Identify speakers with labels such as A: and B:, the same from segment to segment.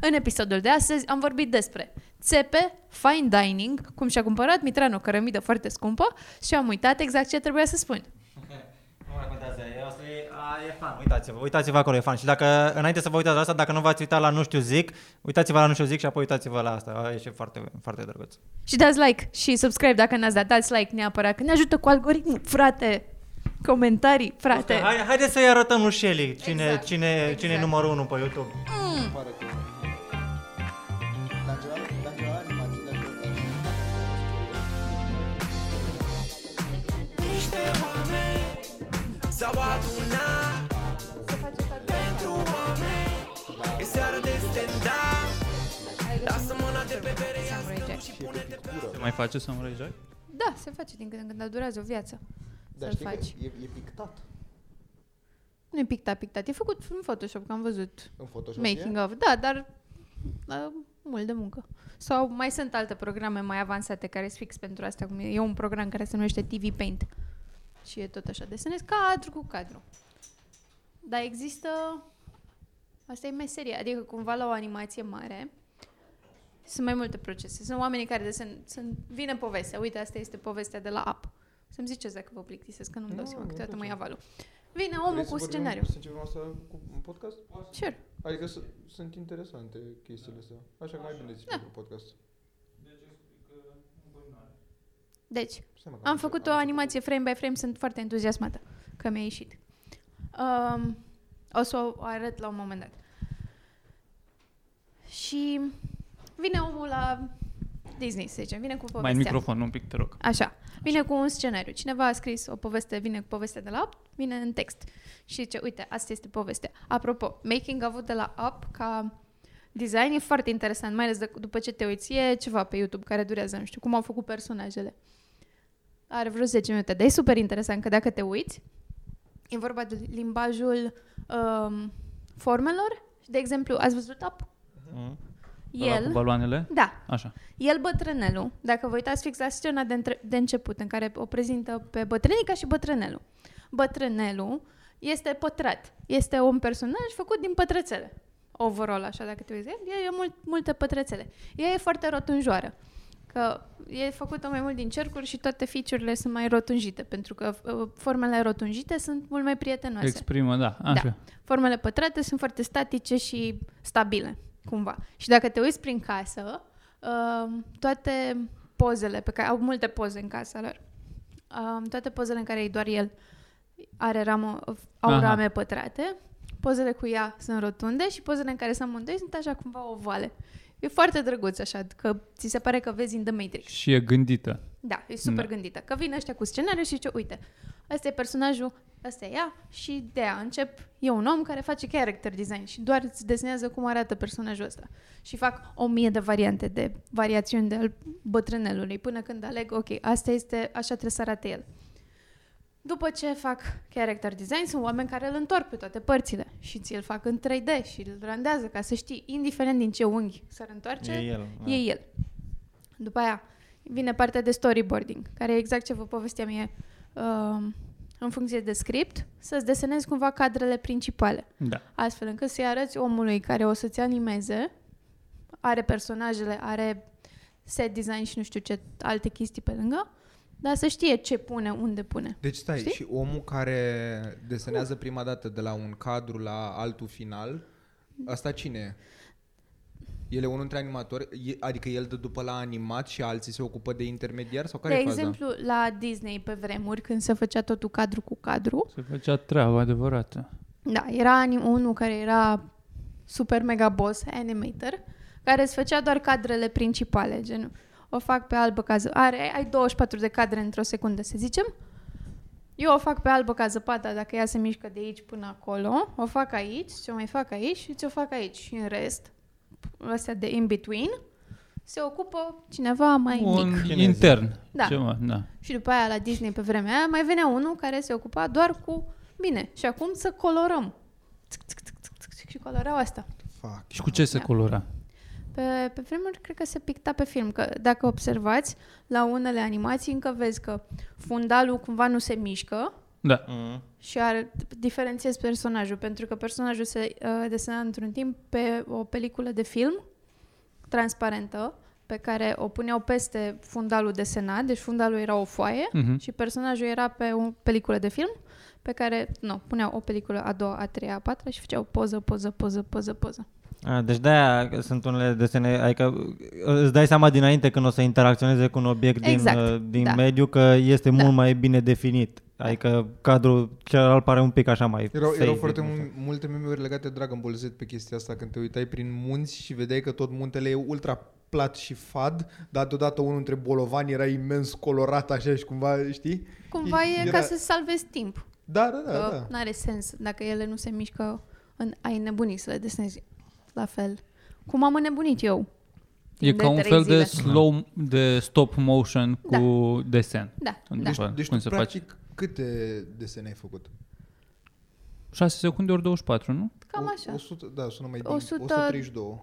A: În episodul de astăzi am vorbit despre țepe, fine dining, cum și-a cumpărat Mitran o cărămidă foarte scumpă și am uitat exact ce trebuia să spun.
B: Nu mai contează, e, asta e, a, e fan, uitați-vă, uitați-vă acolo, e fan. Și dacă, înainte să vă uitați la asta, dacă nu v-ați uitat la Nu știu zic, uitați-vă la Nu știu zic și apoi uitați-vă la asta, a, e și foarte, foarte drăguț.
A: Și dați like și subscribe dacă n-ați dat, dați like neapărat, că ne ajută cu algoritmul, frate! Comentarii, frate!
B: Hai, haideți să-i arătăm lui Shelly cine,
A: Exact,
B: exact, cine, exact. cine e
A: exact.
B: numărul 1 pe YouTube.
C: Pare că... Dar ceva, dar ceva animație, dar ceva...
D: niște oameni S-au adunat Pentru oameni E seară de stand-up Lasă mâna de pe bere ia
A: Samurai Jack.
E: Se mai face Samurai Jack?
A: Da, se face din când în când, dar durează o viață
C: Dar
A: să-l
C: Da, știi că
A: faci.
C: e, e pictat
A: Nu e pictat, pictat, e făcut în Photoshop, că am văzut.
C: în Photoshop.
A: Making of, da, dar uh, mult de muncă. Sau mai sunt alte programe mai avansate care sunt fix pentru asta. Cum e, e un program care se numește TV Paint și e tot așa. Desenezi cadru cu cadru. Dar există... Asta e meseria. Adică cumva la o animație mare sunt mai multe procese. Sunt oamenii care desen, sunt, vine povestea. Uite, asta este povestea de la app. Să-mi ziceți dacă vă plictisesc, că nu-mi dau
C: Nu,
A: seama
C: Da, nu
A: câteodată mai
C: facem.
A: avalu. Vine omul cu scenariu.
C: Să începem asta cu un podcast?
A: Sure.
C: Adică s- sunt interesante chestiile astea. Așa că mai bine zici
A: Da.
C: pentru podcast.
A: Deci,
C: Seama că
A: Am făcut o
F: da.
C: am
A: animație frame by frame, sunt foarte entuziasmată că mi-a ieșit. Um, o să o arăt la un moment dat. Și vine omul la Disney, să zicem, vine cu povestea.
E: Mai în microfon, un pic, te rog.
A: Așa. Vine cu un scenariu. Cineva a scris o poveste, vine cu povestea de la Up, vine în text. Și zice, uite, asta este povestea. Apropo, making of de la Up ca design e foarte interesant, mai ales dacă- după ce te uiți. E ceva pe YouTube care durează, nu știu, cum au făcut personajele. Are vreo 10 minute, dar e super interesant că dacă te uiți, e vorba de limbajul um, formelor. De exemplu, ați văzut Up?
B: Mm.
E: Mhm. Ăla Cu
A: El,
E: baloanele?
A: da,
E: Așa.
A: el bătrânelul, dacă vă uitați fix la scena de, între- de început, în care o prezintă pe bătrânica și bătrânelul. Bătrânelul este pătrat. Este un personaj făcut din pătrățele. Overall, așa, dacă te uiți, la el, e mult, multe pătrățele. Ea e foarte rotunjoară. Că e făcută mai mult din cercuri și toate feature-urile sunt mai rotunjite, pentru că uh, formele rotunjite sunt mult mai prietenoase.
E: Exprimă, da. Așa.
A: Da. Formele pătrate sunt foarte statice și stabile, cumva. Și dacă te uiți prin casă, um, toate pozele, pe care au multe poze în casa lor, um, toate pozele în care e doar el are ramă, au Aha.
E: Aha.
A: rame pătrate, pozele cu ea sunt rotunde și pozele în care sunt amândoi sunt așa cumva ovale. E foarte drăguț așa, că ți se pare că vezi în The Matrix.
E: Și e gândită.
A: Da, e super da.
E: Da.
A: gândită. Că vin ăștia cu scenariu și zice, uite, ăsta e personajul, ăsta e ea și de ea încep. E un om care face character design și doar îți desenează cum arată personajul ăsta. Și fac o mie de variante, de variațiuni de al bătrânelului, până când aleg, ok, asta este, așa trebuie să arate el. După ce fac character design, sunt oameni care îl întorc pe toate părțile și ți-l fac în 3D și îl randează ca să știi, indiferent din ce unghi s-ar întoarce,
B: E el.
F: Da.
A: E el. După aia vine partea de storyboarding, care e exact ce vă povesteam e um, în funcție de script, să-ți desenezi cumva cadrele principale,
E: Da.
A: astfel încât să-i arăți omului care o să-ți animeze, are personajele, are set design și nu știu ce alte chestii pe lângă, dar să știe ce pune, unde pune.
F: Deci stai,
A: Știi?
F: Știi? și omul care desenează prima dată de la un cadru la altul final, asta cine e? El e unul dintre animatori, e- adică el dă după la animat și alții se ocupă de intermediar sau care
A: de
F: e faza?
A: exemplu, la Disney pe vremuri, când se făcea totul cadru cu cadru,
E: Se făcea treaba adevărată.
A: Da, era anim- unul care era super mega boss animator, care îți făcea doar cadrele principale, gen o fac pe albă ca ză- are, ai 24 de cadre într-o secundă, să zicem. Eu o fac pe albă ca zăpada, dacă ea se mișcă de aici până acolo, o fac aici, ce mai fac aici și ce o fac aici. Și în rest, astea de in-between, se ocupă cineva mai
E: un
A: mic.
B: Chinezii.
E: intern.
A: Da.
E: Ceva, da.
A: Și după aia la Disney pe vremea aia mai venea unul care se ocupa doar cu bine. Și acum să colorăm. Țic, țic, țic, țic, țic, țic, și colorau asta.
F: Fuck.
E: Și cu ce se
A: Da.
E: colora?
A: Pe, pe vremuri cred că se picta pe film, că dacă observați, la unele animații încă vezi că fundalul cumva nu se mișcă,
E: Da.
B: Mm.
A: și ar diferențiez personajul, pentru că personajul se uh, desena într-un timp pe o peliculă de film transparentă, pe care o puneau peste fundalul desenat, deci fundalul era o foaie
E: Mhm.
A: și personajul era pe o peliculă de film pe care, nu, puneau o peliculă a doua, a treia, a patra și făceau poză, poză, poză, poză, poză.
B: A, deci de-aia sunt unele desene, adică îți dai seama dinainte când o să interacționeze cu un obiect
A: Exact,
B: din, uh, din
A: da.
B: mediu că este
A: Da.
B: mult mai bine definit. Adică cadrul celălalt pare un pic așa mai
F: Erau,
B: faded,
F: erau foarte
B: nu știu.
F: mu- multe meme legate de Dragon Ball Z pe chestia asta, când te uitai prin munți și vedeai că tot muntele e ultra plat și fad, dar deodată unul între bolovani era imens colorat așa și cumva, știi?
A: Cumva e, ca să Oh, salvezi timp,
F: Da, da, da,
A: că
F: da.
A: n-are sens dacă ele nu se mișcă în ai nebunii să le desenezi la fel. Cum am înnebunit eu.
E: E
A: timp
E: ca un
A: trei
E: fel de
A: zile.
E: slow, de stop motion cu desen.
A: Da,
E: În
A: da.
E: după,
F: Deci
E: cum
F: tu
E: se face.
F: practic câte desene ai făcut?
E: 6 secunde ori 24, nu?
A: Cam
F: O-
A: așa.
F: 100, da, sună mai bine.
A: 100
F: 132.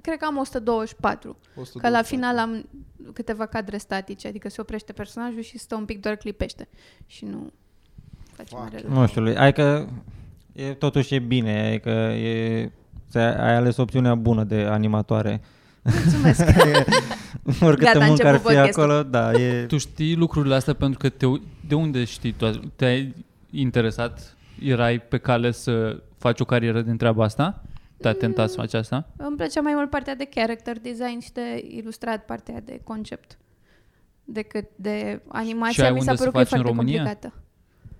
A: Cred că am 124.
F: 124.
A: Că la final am câteva cadre statice, adică se oprește personajul și stă un pic, doar clipește. Și nu face
F: Fuck.
A: mare
B: Nu știu, lui- adică e, totuși e bine, adică e, ți- ai ales opțiunea bună de animatoare.
A: Mulțumesc!
B: Oricâte
A: Gata, a
B: muncă ar
A: început
B: fi
A: podcastul.
B: acolo, da, e...
E: Tu știi lucrurile astea pentru că te, u- de unde știi tu? Te-ai interesat? Erai pe cale să faci o carieră din treaba asta? Te-a
A: Mm.
E: tentat să faci asta?
A: Îmi plăcea mai mult partea de character design și de ilustrat partea de concept decât de
E: Și
A: animația.
E: ai
A: Mi s-a
E: unde să
A: părut că e
E: faci în
A: foarte
E: România?
A: complicată.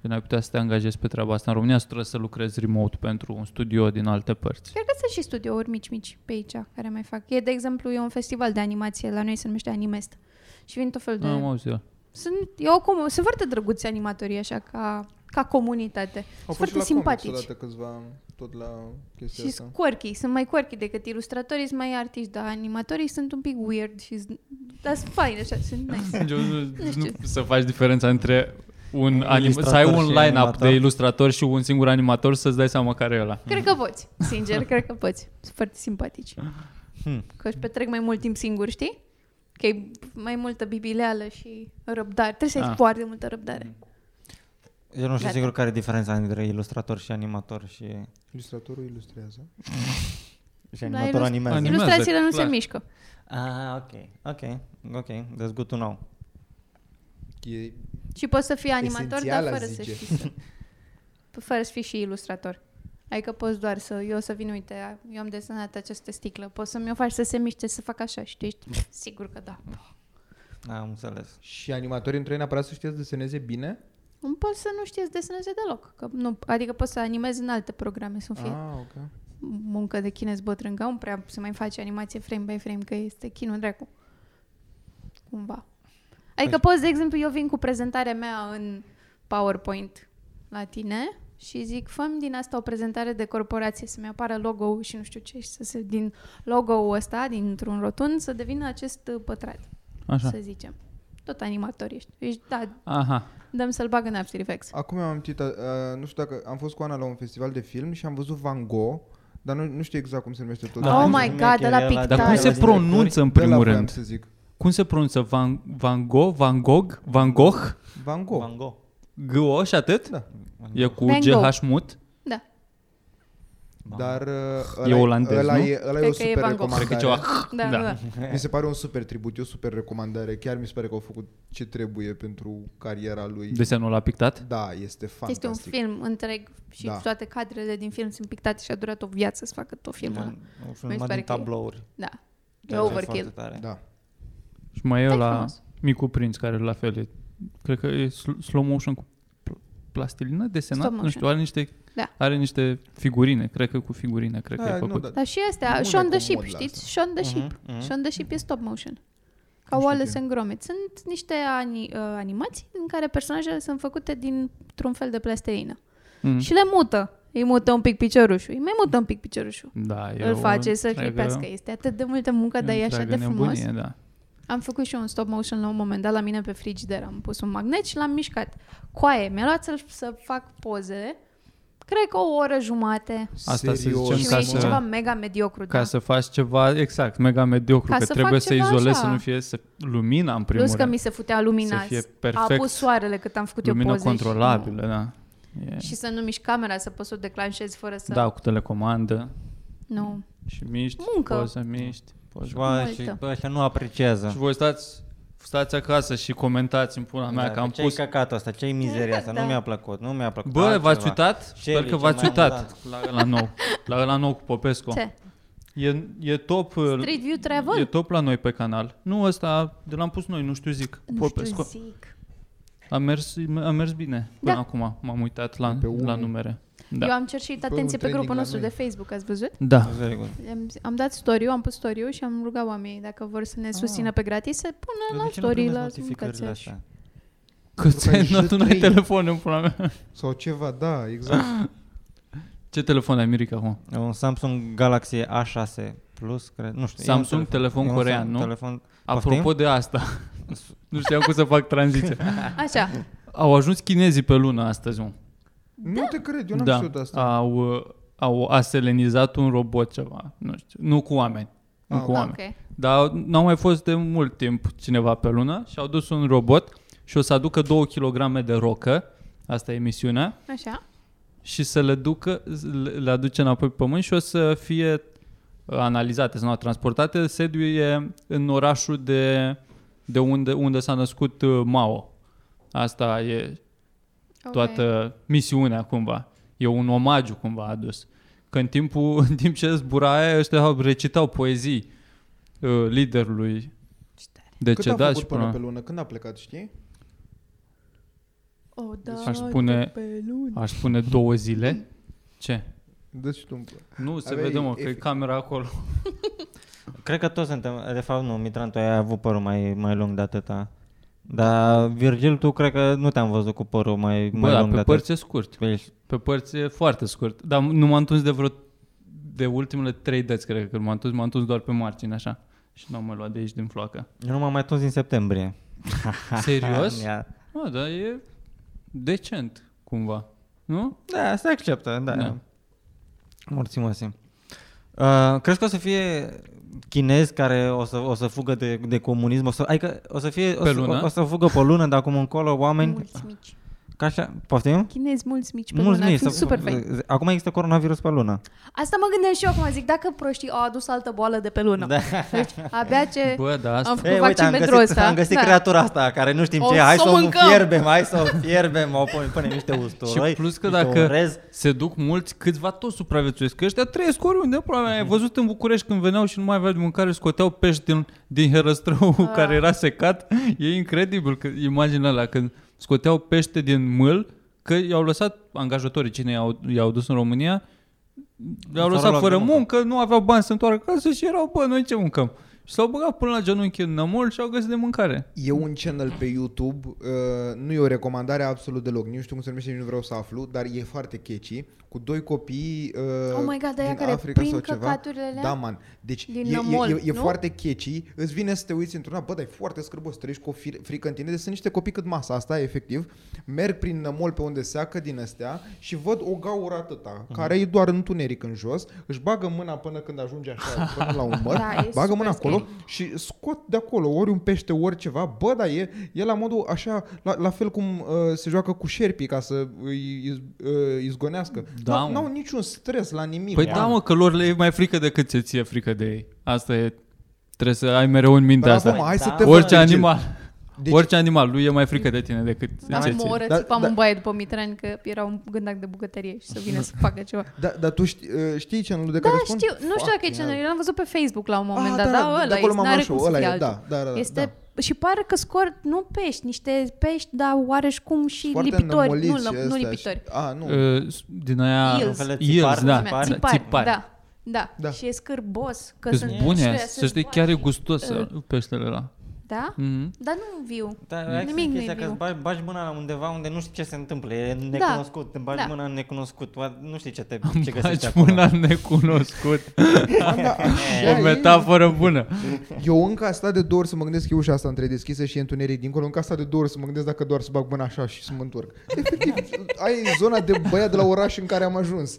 E: Când ai putea să te angajezi pe treaba asta în România, sau trebuie să lucrezi remote pentru un studio din alte părți.
A: Cred că sunt și studiouri mici-mici pe aici care mai fac. E, de exemplu, e un festival de animație, la noi se numește Animest. Și vin tot felul de...
E: Nu am auzit.
A: Sunt, eu, cum, sunt foarte drăguți animatorii așa ca, ca comunitate.
F: Au
A: Sunt
F: fost și
A: foarte
F: la
A: simpatici.
F: Comics odată câțiva, tot la chestia
A: Și
F: asta.
A: sunt quirky, sunt mai quirky decât ilustratorii, sunt mai artiști, dar animatorii sunt un pic weird și sunt- dar sunt faini așa, sunt nice.
E: Eu nu, nu
A: știu.
E: să faci diferența între un anim- să ai
B: Ilustrator
E: un
B: și
E: line-up
B: animator.
E: de ilustrator și un singur animator să-ți dai seama care e ăla.
A: Cred că poți, sincer, cred că poți. Sunt foarte simpatici.
B: Hmm.
A: Că își petrec mai mult timp singur, știi? Că e mai multă bibileală și răbdare. Trebuie să ai
E: Ah.
A: foarte multă răbdare.
B: Eu nu știu
A: Gata.
B: sigur care e diferența între ilustrator și animator și,
F: Ilustratorul ilustrează.
B: și
A: La
B: animator
A: ilust-
B: animează.
E: Anim- Animează,
A: Ilustrațiile nu se
E: clar.
A: mișcă.
B: ah, ok, ok, ok, that's good to know.
F: E
A: Și poți să fii animator,
F: Esențial,
A: dar
F: aș
A: fără să
F: zice.
A: știi să... Fără să fii și ilustrator. Adică poți doar să... Eu să vin, uite, eu am desenat această sticlă. Poți să-mi o faci să se miște, să fac așa. Și tu ești sigur că da.
B: Am înțeles.
F: Și animatorii nu trebuie neapărat să știe să deseneze bine?
A: Nu poți să nu știi să deseneze deloc. Că nu, adică poți să animezi în alte programe, să fie
F: Ah, ok.
A: muncă de chinez bătrân, că nu prea se mai face animație frame by frame, că este chinul dracu. Cumva. Adică
E: Păi-
A: poți, de exemplu, eu vin cu prezentarea mea în PowerPoint la tine și zic, fă din asta o prezentare de corporație, să-mi apară logo și nu știu ce, și să se, din logo-ul ăsta, dintr-un rotund, să devină acest uh, pătrat,
E: Așa.
A: să zicem. Tot animator ești. Ești, da,
E: Aha.
A: dăm să-l bag în After Effects.
F: Acum am amintit, uh, nu știu dacă am fost cu Ana la un festival de film și am văzut Van Gogh, dar nu, nu știu exact cum se numește tot.
E: Da.
A: oh
E: nu
A: my
B: știu
A: god,
B: cum e
A: de la
B: chiar ăla,
A: pictat.
E: Dar cum
B: Da,
E: se
B: la
E: pronunță în primul
F: voiam
E: rând?
F: să zic.
E: Cum se pronunță Van, Van Gogh, Van Gogh, Van Gogh,
F: Van Gogh.
B: Van Gogh.
E: G-O și atât?
F: Da.
E: E cu
A: Van Gogh.
E: GH mut?
A: Da.
F: Dar uh,
E: E olandez,
F: ăla
E: nu?
F: E, ăla e
A: Cred
F: o
A: că e
F: super
A: Van Gogh.
E: Cred că e
F: recomandare.
E: ceva.
A: Da,
E: Da.
A: da. da.
F: Mi se pare un super tribut, e o super recomandare. Chiar mi se pare că au făcut ce trebuie pentru cariera lui.
E: Desenul l-a pictat?
F: Da, este fantastic.
A: Este un film întreg și
F: Da.
A: da. toate cadrele din film sunt pictate și a durat o viață să facă tot filmul. Da.
B: Un
A: Mi se
B: film
A: pare
B: din
A: că e-
B: tablouri.
A: da. E
B: Chiar
A: overkill.
B: foarte tare.
F: Da.
E: Și mai e
A: Da-i
E: la
A: frumos.
E: Micu Prinț, care la fel e, cred că e sl- slow motion cu pl- plastilină desenat,
A: Stop
E: nu
A: motion.
E: știu, are niște,
A: Da.
E: are niște figurine, cred că cu figurine, cred că
F: Da,
E: e
F: nu,
E: făcut.
F: da.
A: Dar și astea,
F: Nu
A: Shaun the
F: recomod
A: Sheep,
F: la
A: știți? Shaun the Sheep.
B: Mhm, mhm.
A: Shaun the Sheep e stop motion. Ca
F: Nu știu
A: Wallace
F: ce
A: and Gromit. Sunt niște ani, uh, animații în care personajele sunt făcute dintr-un fel de plasterină.
E: Mhm.
A: Și le mută. Îi mută un pic piciorușul. Îi mai mută un pic piciorușul.
E: Da, e
A: Îl
E: o
A: face să
E: întreagă-
A: clipească. Este atât de multă muncă,
E: e
A: dar
E: o
A: e așa de
E: întreagă
A: frumos.
E: nebunie, Da.
A: Am făcut și eu un stop motion la un moment dat la mine pe frigider. Am pus un magnet și l-am mișcat. Coaie, mi-a luat să, să fac poze. Cred că o oră jumate.
E: Asta să
F: Serios.
E: zicem
A: și
E: ca
A: mi-a ieșit
E: să,
A: ceva mega mediocru.
E: ca
A: da.
E: să faci ceva, exact, mega mediocru,
A: Ca
E: că
A: să
E: trebuie
A: fac
E: să
A: ceva
E: izolezi
A: așa.
E: să nu fie să, lumina în primul
A: Plus că
E: rând.
A: mi se futea lumina.
E: să fie
A: A
E: perfect.
A: apus soarele cât am făcut eu
E: lumină
A: poze. și nu-
E: controlabilă, da. E,
A: Și să nu miști camera, să poți să o declanșezi fără să...
E: da, cu telecomandă
A: Nu.
E: și miști,
A: Muncă.
E: poți să miști.
B: Păi, Și,
E: Poți să...
B: bă,
A: Multă.
B: și bă, ăștia nu apreciază.
E: Și voi stați, stați acasă și comentați în pula mea
B: Da,
E: că am
B: ce-i
E: pus...
B: căcatul ăsta, ce-i mizeria asta,
A: Da.
B: nu mi-a plăcut, nu mi-a plăcut.
E: Bă,
B: altceva.
E: v-ați uitat? Sper
B: Shelly,
E: că
B: cel
E: v-ați
B: mai
E: uitat
B: amuzant.
E: la ăla nou. La ăla nou cu Popescu.
A: Ce?
E: E, e top... uh,
A: Street View
E: E
A: Travel?
E: top la noi pe canal. Nu ăsta, de l-am pus noi, nu știu zic.
A: Nu știu, zic.
E: A mers, a mers bine până
A: Da.
E: acum. M-am uitat la,
F: Pe
E: la
F: unul.
E: numere.
A: Da.
E: Da.
A: Eu am cerșit
F: Bă,
A: atenție
F: un
A: pe grupul
F: trending la
A: nostru de
F: noi.
A: Facebook, ați văzut?
E: da.
B: Very good.
A: Am, am dat story am pus story și am rugat oamenii dacă vor să
F: Ah.
A: ne susțină pe gratis să
B: De
A: pună la
B: ce nu
A: story
B: primesc
A: la
B: notificările
A: mâncați.
B: astea?
E: Că ți-ai
F: Păi,
E: dat un
F: trei.
E: telefon în pula mea.
F: Sau ceva, da,
A: Ah,
F: exact.
E: Ce telefon ai, Mirica, acum?
B: Un Samsung Galaxy A6 Plus, cred, nu știu. e un
E: Samsung, telefon
B: e un
E: corean,
B: Sam-
E: nu?
B: Telefon, Poftim?
E: Apropo de asta, nu știam cum să fac tranziție.
A: Așa,
E: Au ajuns chinezii pe lună astăzi, mă.
A: da.
F: nu te cred, eu
E: Da.
F: n-am știut asta.
E: Au, uh, au aselenizat un robot ceva, nu știu, nu cu oameni. Nu
F: Ah,
E: cu
F: ok.
E: oameni.
A: ok.
E: Dar n-au mai fost de mult timp cineva pe lună și au dus un robot și o să aducă 2 kg de rocă, asta e misiunea,
A: Așa.
E: și să le, ducă, le- le aduce înapoi pe pământ și o să fie uh, analizate, să nu transportate. Sediul e în orașul de, de unde, unde s-a născut uh, Mao. Asta e
A: ok.
E: toată misiunea cumva. E un omagiu cumva adus. Că în, timpul, în timp ce zbura aia, ăștia recitau poezii uh, liderului
A: Ce tare.
F: Cât a
E: decedat
F: făcut
E: da și
F: până
E: până
F: pe lună? Când a plecat, știi?
A: O, da,
E: aș spune-
A: pe lună.
E: aș spune două zile. Ce?
F: Dă și tu un
E: Nu, se
F: Aveai
E: vede mă, că e
F: efect.
E: camera acolo.
B: Cred că toți suntem, de fapt nu, Mitran, tu ai avut părul mai, mai lung de atâta. Dar, Virgil, tu cred că nu te-am văzut cu părul mai,
E: Bă,
B: mai
E: dar
B: lung de
E: pe
B: atât. Păi,
E: părți e scurt.
B: Ești-
E: Pe părți e foarte scurt. Dar nu m-am întors de vreo de ultimele trei dăți, cred că când m-am întors, m-am întors doar pe margini, așa. Și n-am mai luat de aici din floacă.
B: Eu nu m-am mai tuns din septembrie. Da,
E: Serios?
B: Ia.
E: Mă, dar e decent, cumva. Nu?
B: Da, se acceptă, da.
E: Da.
B: da. Mulțumesc. Uh, crezi că o să fie chinezi care o să, o să fugă de, de comunism? O să, adică o să fie... O
E: Pe
B: să,
E: lună?
B: O, o să fugă pe lună, de acum încolo oameni...
A: Mulți mici.
B: Ca așa, poftim?
A: Chinezi mulți mici pe lună, ar
B: mici, da.
A: fi
B: să-
A: super fain.
B: Acum există coronavirus pe lună.
A: Asta mă gândeam și eu acum, zic, dacă proștii au adus altă boală de pe lună.
B: Da.
A: Deci, abia ce...
E: Bă, da, asta...
A: Am făcut vaccin
B: am
A: pentru
B: găsit,
A: ăsta.
B: am găsit
A: Da.
B: creatura asta care nu știm
A: O
B: ce e. Hai
A: să
B: să
A: o
B: o
A: mâncăm.
B: fierbem, hai să o fierbem, o punem, punem niște usturoi,
E: Și plus că
B: niște
E: dacă
B: orez.
E: se duc mulți, câțiva tot supraviețuiesc. Că ăștia trăiesc oriunde, pula mea. Ai văzut în București când veneau și nu mai aveau de mâncare, scoteau pești din, din herăstrău
A: Ah.
E: care era secat. E incredibil că imaginea alea când scoteau pește din mâl, că i-au lăsat angajatorii cine i-au, i-au dus în România, i-au
B: S-au
E: lăsat
B: luat
E: fără
B: de muncă.
E: muncă, nu aveau bani să întoarcă acasă și erau, bă, noi ce mâncăm? Și s-au băgat până la genunchi în nămol și au găsit de mâncare.
F: E un channel pe YouTube, uh, nu e o recomandare absolut deloc, nu știu cum se numește, nici nu vreau să aflu, dar e foarte catchy, cu doi copii uh,
A: Oh my God,
F: din
A: aia care
F: Africa
A: prind
F: sau ceva.
A: căcaturile alea?
F: Da, man. Deci
A: Din
F: e,
A: nămol,
F: e, e, e
A: nu?
F: foarte catchy, îți vine să te uiți într-una, bă, dar e foarte scârbos, trăiești cu o fir- frică în tine, deci sunt niște copii cât masa asta, efectiv, merg prin nămol pe unde seacă din astea și văd o gaură atâta, care e doar întuneric în jos, își bagă mâna până când ajunge așa, până la umăr,
A: Da, e
F: bagă mâna
A: super
F: acolo, și scot de acolo ori un pește, ori ceva, bă, dar e, e la modul așa, la, la fel cum uh, se joacă cu șerpii ca să îi iz, uh, izgonească.
E: Da,
F: N-au-
E: mă.
F: N-au niciun stres la nimic.
E: Păi
F: man.
E: da, mă, că lor le e mai frică decât ți ție frică de ei. Asta e, trebuie să ai mereu în minte
F: Bravo,
E: asta.
F: mă, hai să
B: Da.
F: te
E: Orice
F: văd, Virgil.
E: animal.
F: Deci-
E: Deci... Orice animal, lui e mai frică de tine decât
A: Da,
E: ce
A: mă, o
E: ți
A: oră
F: Da,
A: țipam
F: da.
A: în baie după Mitran că era un gândac de bucătărie și să vină să facă ceva.
F: Da, dar tu știi, uh, știi channelul de
A: Da,
F: care spun?
A: știu. Nu știu dacă e
F: Fucking
A: channel.
F: hell.
A: Eu l-am văzut pe Facebook la un moment
F: Ah,
A: dat.
F: da,
A: Da,
F: da, de
A: ăla
F: acolo
A: e.
F: m-am
A: N-are
F: luat și
A: cum
F: eu,
A: să
F: ăla
A: fie
F: e,
A: altul.
F: da, da, da, da,
A: Este... Și pare că scor nu pești, niște pești, dar oareși cum și
F: Foarte
A: lipitori.
F: înnămoliți
A: Nu,
F: și
A: lă- nu
F: astea
A: lipitori.
F: Și, a, nu.
E: Uh, Din aia...
A: Eels. Un fel
B: de țipar,
E: Eels, da.
B: țipar.
A: Lumea,
E: da,
A: Țipari. Da. Da.
F: Da.
A: Și e scârbos. Că
E: Că
A: sunt
E: sunt bune,
A: ăștia,
E: să
A: sunt
E: știi, chiar e
A: oameni.
E: gustos
A: Uh,
E: peștele ăla.
A: Da?
E: Mhm.
A: Dar nu viu.
B: Da,
A: Nimic
B: Nimic
A: nu e
B: chestia că
A: viu.
B: îți bagi, bagi mâna undeva unde nu știi ce se întâmplă, e necunoscut, da. îmi bagi
A: da.
B: da. mâna în necunoscut, oa- nu știi ce, te, ce găsești
E: Faci
B: acolo.
E: mâna necunoscut.
F: Ba, da, așa
E: o
F: e.
E: metaforă bună.
F: Eu încă am stat de două ori să mă gândesc că e ușa asta între deschisă și e întuneric dincolo, încă am stat de două ori să mă gândesc dacă doar să bag mâna așa și să mă întorc. Efectiv, ai zona de băiat de la oraș în care am ajuns.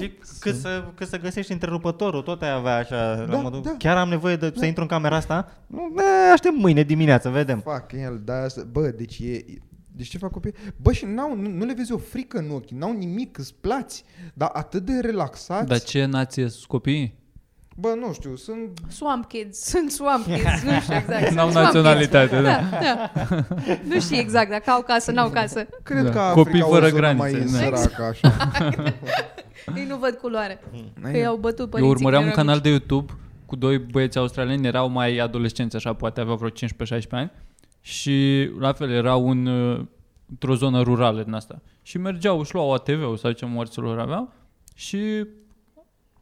B: Și cât să, cât să găsești întrerupătorul, tot ai avea așa, da, la
F: Da,
B: modul,
F: da.
B: da. chiar am nevoie de, da. să intru în camera asta? Nu, ne, aștept mâine dimineață, vedem.
F: Fuck, el, da, asta, bă, deci e, Deci ce fac copiii? Bă, și n-au, nu, nu le vezi o frică în ochi, n-au nimic, îți plați, dar atât de relaxați.
E: Dar ce nație sunt copiii?
F: Bă, nu știu, sunt...
A: Swamp Kids, sunt Swamp Kids, nu știu exact.
E: N-au
A: sunt swamp
E: naționalitate,
A: kids.
E: da.
A: da. da. Nu știu exact dacă au casă, n-au casă.
F: Cred da.
E: Da.
F: că Africa
E: Copii
F: o
E: fără
F: zonă
E: granițe,
F: mai
E: da.
F: săracă, așa.
A: Ei nu văd culoare. Că
F: Ai-
A: i-au bătut
E: Eu
A: părinții.
E: urmăream un
A: când erau
E: canal
A: mici.
E: de YouTube cu doi băieți australieni, erau mai adolescenți așa, poate aveau vreo 15-16 ani și la fel era un, uh, într-o zonă rurală din asta. Și mergeau, își luau ATV-ul sau ce morților aveau și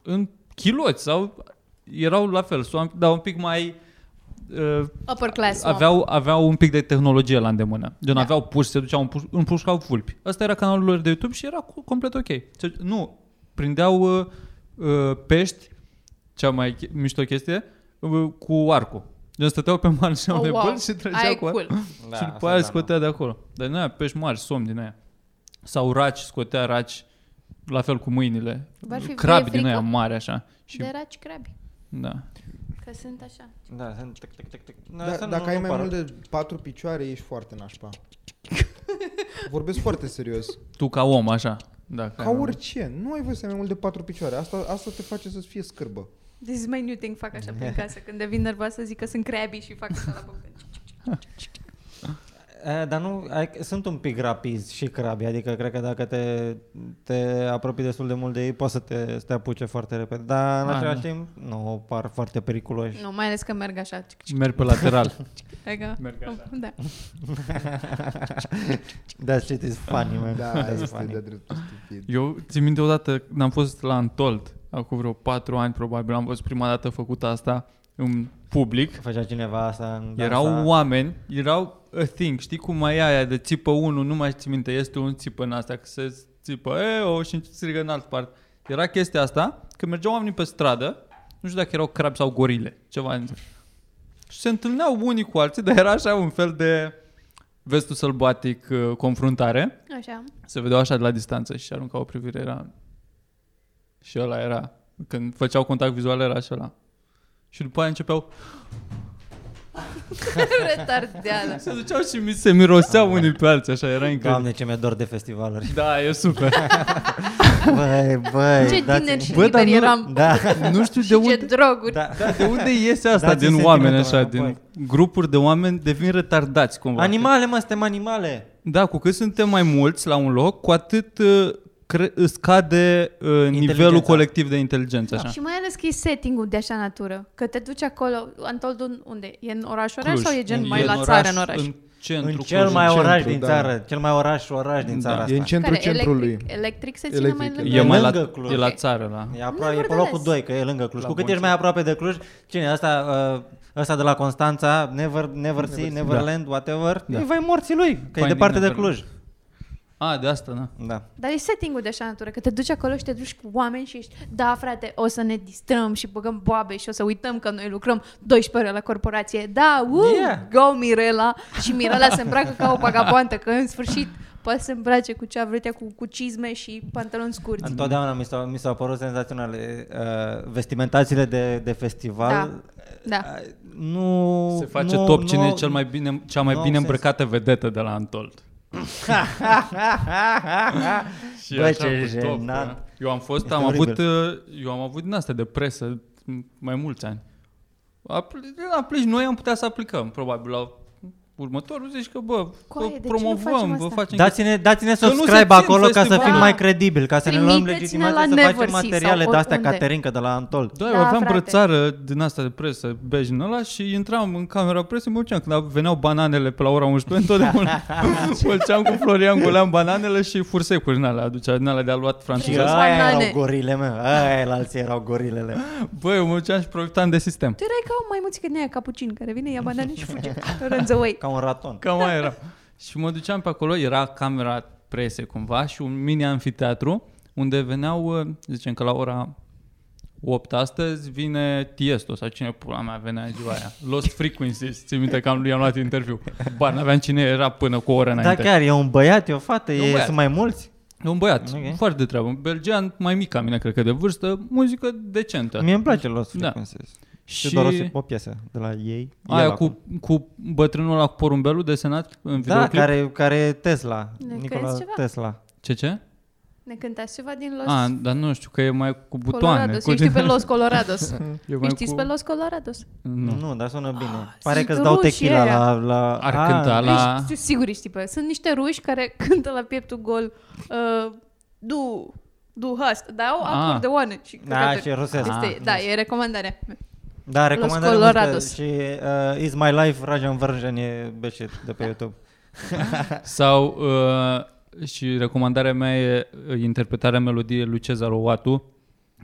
E: în chiloți sau erau la fel, swamp, dar un pic mai uh,
A: Upper class swamp.
E: aveau, aveau un pic de tehnologie la îndemână. Gen,
A: Da.
E: da. aveau puși, se duceau, împuș- împușcau vulpi. Asta era canalul lor de YouTube și era cu- complet ok. Se- Nu, prindeau uh, uh, pești, cea mai ch- mișto chestie, uh, cu arcul. Gen, stăteau pe marginea
A: Oh,
E: unei bălți și
A: Aia
E: trăgeau
A: e
E: cu arcul.
A: cool.
E: Da, și după aia scotea de acolo. Dar nu aia, pești mari, somn din aia. Sau raci, scotea raci, la fel cu mâinile.
A: V-ar fi-
E: Crabi
A: vă e
E: din aia
A: frică?
E: mari, așa. Și,
A: De raci crabi.
E: da.
A: Că sunt așa.
B: Da, sunt tic, tic, tic, tic. Da,
F: Da,
B: sunt-
F: dacă
B: nu-
F: ai
B: nu
F: mai
B: par-
F: mult de patru picioare, ești foarte nașpa. Vorbesc foarte serios.
E: Tu ca om, așa. Da, Dacă
F: Ca orice. Nu ai voie să ai mai mult de patru picioare. Asta, asta te face să-ți fie scârbă.
A: This is my new thing, fac așa prin casă. Când devin nervoasă zic că sunt crabi și fac așa la bocăci.
B: E, Eh, Dar nu, ai, sunt un pic rapizi și crabi, adică cred că dacă te, te apropii destul de mult de ei, poți să te, să te apuce foarte repede. Dar în
E: Ah,
B: același
E: da.
B: timp, nu, par foarte periculoși.
A: Nu, mai ales că merg așa.
E: merg pe lateral.
A: Adică,
E: Merg așa.
A: Da.
B: That's it is funny, man.
F: Da,
B: That's
F: este
B: funny.
F: de dreptul stupid.
E: Eu țin minte odată când am fost la Antold, acum vreo patru ani probabil, am văzut prima dată făcut asta în public.
B: Făcea cineva asta în
E: Erau
B: dansa.
E: oameni, erau a thing, știi cum mai e aia de țipă unul, nu mai țin minte, este un țipă în asta, că se țipă, e, o, și strigă în alt part. Era chestia asta, că mergeau oamenii pe stradă, nu știu dacă erau crabi sau gorile, ceva în Și se întâlneau unii cu alții, dar era așa un fel de vestul sălbatic uh, confruntare.
A: Așa.
E: Se vedeau așa de la distanță și arunca o privire, era... Și ăla era... Când făceau contact vizual era și ăla. Și după aia începeau...
A: Retardeală.
E: Se duceau și mi se miroseau unii pe alții, așa, era incredibil.
B: Doamne, ce mi-e dor de festivaluri.
E: Da, e super.
B: Băi, băi,
A: Ce
B: dați-
A: tineri și
E: Bă, dar
A: liberi
E: nu-
A: eram.
B: Da,
E: nu știu de
A: Și ce
E: unde,
A: droguri.
B: da.
E: de unde iese asta
B: Dați-mi
E: din oameni
B: Da, sentimentul ăla,
E: așa,
B: păi.
E: din grupuri de oameni devin retardați cumva.
B: Animale, mă, suntem animale.
E: Da, cu cât suntem mai mulți la un loc, cu atât uh, cre- îți scade uh, nivelul colectiv de inteligență, așa.
A: Da. Și mai ales că e setting-ul de așa natură. Că te duci acolo, Antoldun, unde? E în oraș oraș sau e gen
E: Cluj.
A: mai
E: E
A: la țară în oraș?
E: În centru,
B: în
E: Cluj,
B: cel mai
F: centru,
B: oraș din
F: da.
B: țară, cel mai oraș oraș din
E: Da,
B: țară asta.
F: E în centrul
A: Care,
F: centrului.
A: Electric, electric se ține
F: Electric,
A: mai
F: electric.
E: E
A: lângă.
E: mai
B: lângă
E: la,
B: Cluj.
E: e la
A: Ok.
E: țară, da. la...
B: E, aproape, e pe
A: Nevertheless.
B: locul 2, că e lângă Cluj.
E: La
B: Cu cât
E: Boncea.
B: ești mai aproape de Cluj, cine? Asta, uh, asta de la Constanța, Never, Never See, Neverland, whatever,
E: Da.
B: da. e vai morții lui, că
E: Finding
B: e departe de
E: Neverland.
B: Cluj.
E: A, de asta, da.
B: Da.
A: Dar e setting-ul de așa natură, că te duci acolo și te duci cu oameni și ești, da frate, o să ne distrăm și băgăm boabe și o să uităm că noi lucrăm 12 ore la corporație. Da, uh,
B: Yeah.
A: go Mirela! Și Mirela se îmbracă ca o pagaboantă, că în sfârșit poate să se îmbrace cu ce a vrut ea, cu, cu cizme și pantaloni scurți.
B: Întotdeauna mi s-au, mi s-au părut senzaționale uh, vestimentațiile de, de festival.
A: Da,
B: Uh, Nu,
E: Se face
B: nu,
E: top cine
B: nu,
E: e cel mai bine, cea mai
B: nu au
E: bine
B: sens.
E: îmbrăcată vedetă de la Antold. Și
B: Bă,
E: așa
B: ce
E: cu top,
B: jenant.
E: da. Eu am fost,
B: Este
E: am
B: oribil.
E: avut, uh, eu am avut din astea de presă m, mai mulți ani. Apl- Aplici, noi am putea să aplicăm, probabil, la următorul, zici că, bă,
A: Coaie, de
E: vă
A: ce nu
E: promovăm,
A: facem
E: vă
A: asta?
E: facem...
B: Dați-ne, dați-ne
E: Că nu se
B: subscribe
E: țin
B: acolo ca să
E: festivalul.
B: fim mai credibili, ca să ne luăm
A: Trimiteți-ne la
B: legitimația să
A: Never See
B: facem
A: sau
B: materiale de astea
A: oriunde.
B: Caterinca de la Antol.
E: Da, eu
A: Da,
E: aveam
A: frate.
E: brățară din asta de presă, bej în ăla și intram în camera presă, mă duceam când veneau bananele pe la ora 11, întotdeauna făceam cu Florian Golean bananele și fursecuri din alea, aducea din alea de a luat
B: Și
E: franceză.
A: Vreau
B: aia
A: banane.
B: erau gorile, mă. Aia la alții erau gorilele.
E: Băi, eu mă duceam și profitam de sistem.
A: Tu erai ca o maimuțică din aia capucin care vine, ia banane și fuge. Runs away.
B: Ca un raton.
E: Cam mai era. Și mă duceam pe acolo, era camera prese cumva și un mini anfiteatru unde veneau, uh, zicem că la ora 8 astăzi vine Tiesto sau cine pula mea venea în ziua aia. Lost Frequencies, țin minte că am, i-am luat interviu. Bar, n-aveam cine era până cu o oră
B: Da,
E: înainte.
B: chiar, e un băiat, e o fată,
E: un
B: e,
E: băiat.
B: sunt mai mulți?
E: E un băiat, okay.
B: Ok.
E: foarte de treabă, un belgean, mai mic ca mine, cred că de vârstă, muzică decentă.
B: Mie îmi place Lost
E: Da.
B: Frequencies. Și,
E: Și
B: doar o, se- o piesă de la ei. el
E: aia
B: acum.
E: cu, cu bătrânul la porumbelul desenat în
B: Da,
E: videoclip.
B: care, care e Tesla.
A: Ne
B: Nicola
A: crezi ceva?
B: Tesla.
E: Ce, ce?
A: Ne cântați ceva din Los
E: A, dar nu știu, că e mai cu Ah, butoane.
A: Colorados.
E: Cu
A: Eu știu da, pe Los Colorados.
E: E mai
A: Îi știți pe Los Colorados?
E: Nu.
B: Nu, nu dar sună bine.
A: Ah,
B: Pare
A: sunt
B: că îți dau
A: ruși
B: tequila
A: ăia.
B: la... la
E: Ar
B: Ah,
E: cânta la...
A: Ești, sigur ești tipă. Sunt niște ruși care cântă la pieptul gol uh, du, du hast, dar au
E: Ah.
A: acordeoane și
B: Da,
A: căcaturi.
B: și rusesc.
A: Este, da, e recomandarea.
B: Da, recomandare
A: Los
B: muzică
A: Colorados.
B: și uh, Is My Life, Rajan Version e beșit de pe YouTube.
E: Sau uh, și recomandarea mea e uh, interpretarea melodiei lui Cezar Oatu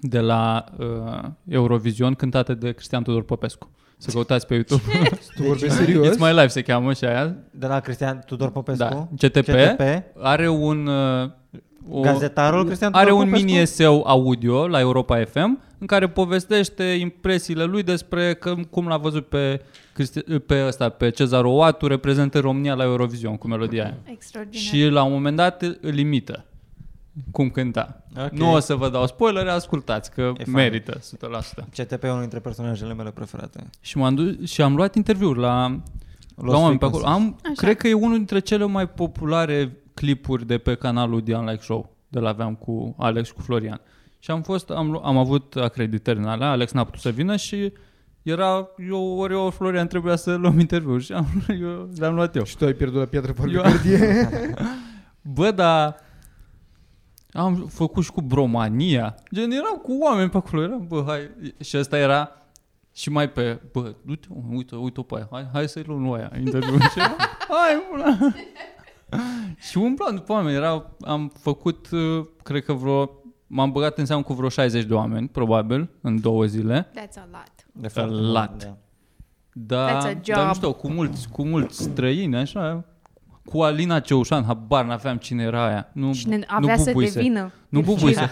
E: de la uh, Eurovision cântată de Cristian Tudor Popescu. Să căutați pe YouTube.
A: Deci,
F: Tu vorbești
E: It's
F: serios?
E: My Life se cheamă și aia.
B: De la Cristian Tudor Popescu.
E: Da. CTP,
B: CTP.
E: Are un... Uh, o,
B: Gazetarul Cristian Tudor
E: are un
B: Popescu?
E: mini eseu audio la Europa FM în care povestește impresiile lui despre că, cum l-a văzut pe, Cristi- pe, ăsta, pe Cezar Oatu reprezentând România la Eurovision cu melodia aia.
A: Extraordinar.
E: Și la un moment dat îl imită cum cânta.
B: Ok.
E: Okay. Nu o să vă dau spoilere, ascultați că
B: E
E: e
B: fain.
E: merită 100%.
B: CTP e unul dintre personajele mele preferate.
E: Și, m-am dus, și am luat interviuri la,
B: Los
E: la oameni pe acolo.
B: Frequencies.
E: Am,
A: Așa.
E: cred că e unul dintre cele mai populare clipuri de pe canalul The Unlike Show, de la aveam cu Alex și cu Florian. Și am fost, am, lu- am avut acreditări în alea, Alex n-a putut să vină și era eu, ori eu, ori Florian trebuia să luăm interviuri și am, eu, le-am luat eu.
F: Și tu ai pierdut la piatră pe
E: Eu-
F: cardie.
E: Bă, dar am făcut și cu Bromania. Gen, eram cu oameni pe acolo, eram, bă, hai. Și ăsta era și mai pe, bă, uite, uite, uite-o pe aia, hai, hai să-i luăm lui aia, interviul și eram, hai, pula. și umblam după oameni, era, am făcut, uh, cred că vreo, m-am băgat în seamă cu vreo 60 de oameni, probabil, în două zile.
A: That's a lot.
B: De foarte
E: A
B: mult,
E: lot.
B: da.
E: Da,
A: That's a
E: dar nu
A: job.
E: știu, cu mulți, cu mulți străini, așa, cu Alina Ceușan, habar n-aveam cine era aia. Nu,
A: Și ne,
E: nu
A: avea să
E: bubuise.
A: devină.
E: Nu bubuise.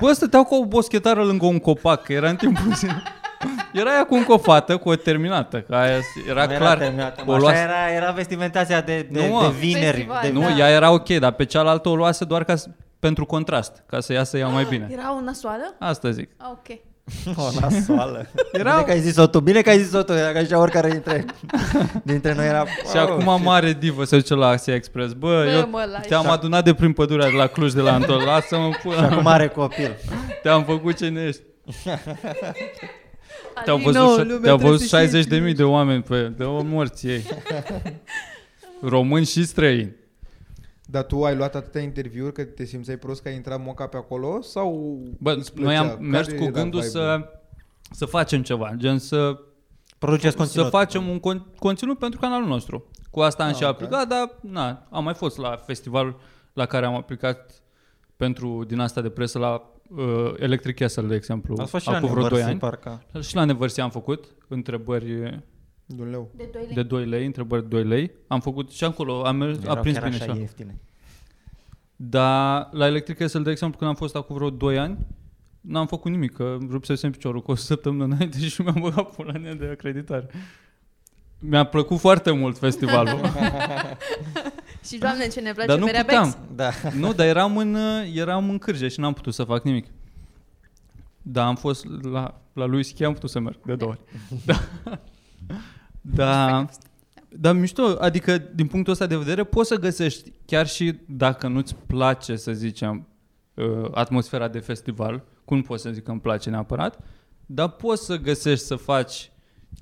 E: Bă, stăteau cu o boschetară lângă un copac, că era în timpul zilei. Era ea cu încă o fată, cu o terminată, că aia era
B: Nu
E: clar.
B: terminată, mă,
E: o
B: așa
E: luase,
B: era, era vestimentația de, de,
E: Nu, mă.
B: de vineri.
A: Festival,
B: de,
E: nu,
A: Da.
E: ea era ok, dar pe cealaltă o luase doar ca, s- pentru contrast, ca să iasă ea mai bine.
A: Era o nasoală?
E: Asta zic.
A: Ah, Ok.
B: O nasoală. Era... Bine că ai zis-o tu, bine că ai zis-o tu, era că așa oricare dintre, dintre noi era...
E: Și acum mare divă se duce la Asia Express. Bă,
A: Bă,
E: eu
A: mă, lași.
E: te-am adunat de prin pădurea de la Cluj, de la Antol. Lasă-mă,
B: Și
E: pula.
B: acum are copil.
E: Te-am făcut cine ești. Te-au
A: Adică Din
E: văzut,
A: nou,
E: șa-
A: lumea
E: te-au
A: trebuie
E: văzut
A: să știe
E: 60 de mii de oameni pe de o morți ei. Români și străini.
F: Dar tu ai luat atâtea interviuri că te simțeai prost că ai intrat moca pe acolo? Sau
E: Bă,
F: îți
E: noi
F: plăcea?
E: am mers
F: Care
E: cu
F: era
E: gândul
F: vibe-ul?
E: să, să facem ceva, gen să,
B: Produceți
E: să
B: conținut.
E: facem un con- conținut pentru canalul nostru. Cu asta am
F: Ah,
E: și
F: ok.
E: aplicat, dar na, am mai fost la festivalul la care am aplicat pentru din asta de presă la uh, Electric Castle, de exemplu,
B: Ați fost și la
E: acum vreo 2
B: Universi,
E: ani.
B: parcă.
E: Și la Neversi am făcut întrebări
F: Dun leu.
A: De 2 lei.
E: de 2 lei, întrebări de 2 lei. Am făcut și acolo, am mers, a
B: Erau
E: prins
B: chiar
E: bine
B: așa
E: așa.
B: ieftine.
E: Dar la Electric Castle, de exemplu, când am fost acum vreo 2 ani, n-am făcut nimic, că îmi rupsesem piciorul cu o săptămână înainte și mi-am băgat pula în ea de acreditare. Mi-a plăcut foarte mult festivalul.
A: Și doamne ce ne place
E: dar nu
A: berea
E: puteam.
A: Bex.
B: Da.
E: Nu, dar eram în, uh, eram în cârje și n-am putut să fac nimic. Dar am fost la, la lui Schi, am putut să merg de două ori. Da. da. Dar mișto, adică din punctul ăsta de vedere poți să găsești, chiar și dacă nu-ți place, să zicem, uh, atmosfera de festival, cum poți să zic că îmi place neapărat, dar poți să găsești să faci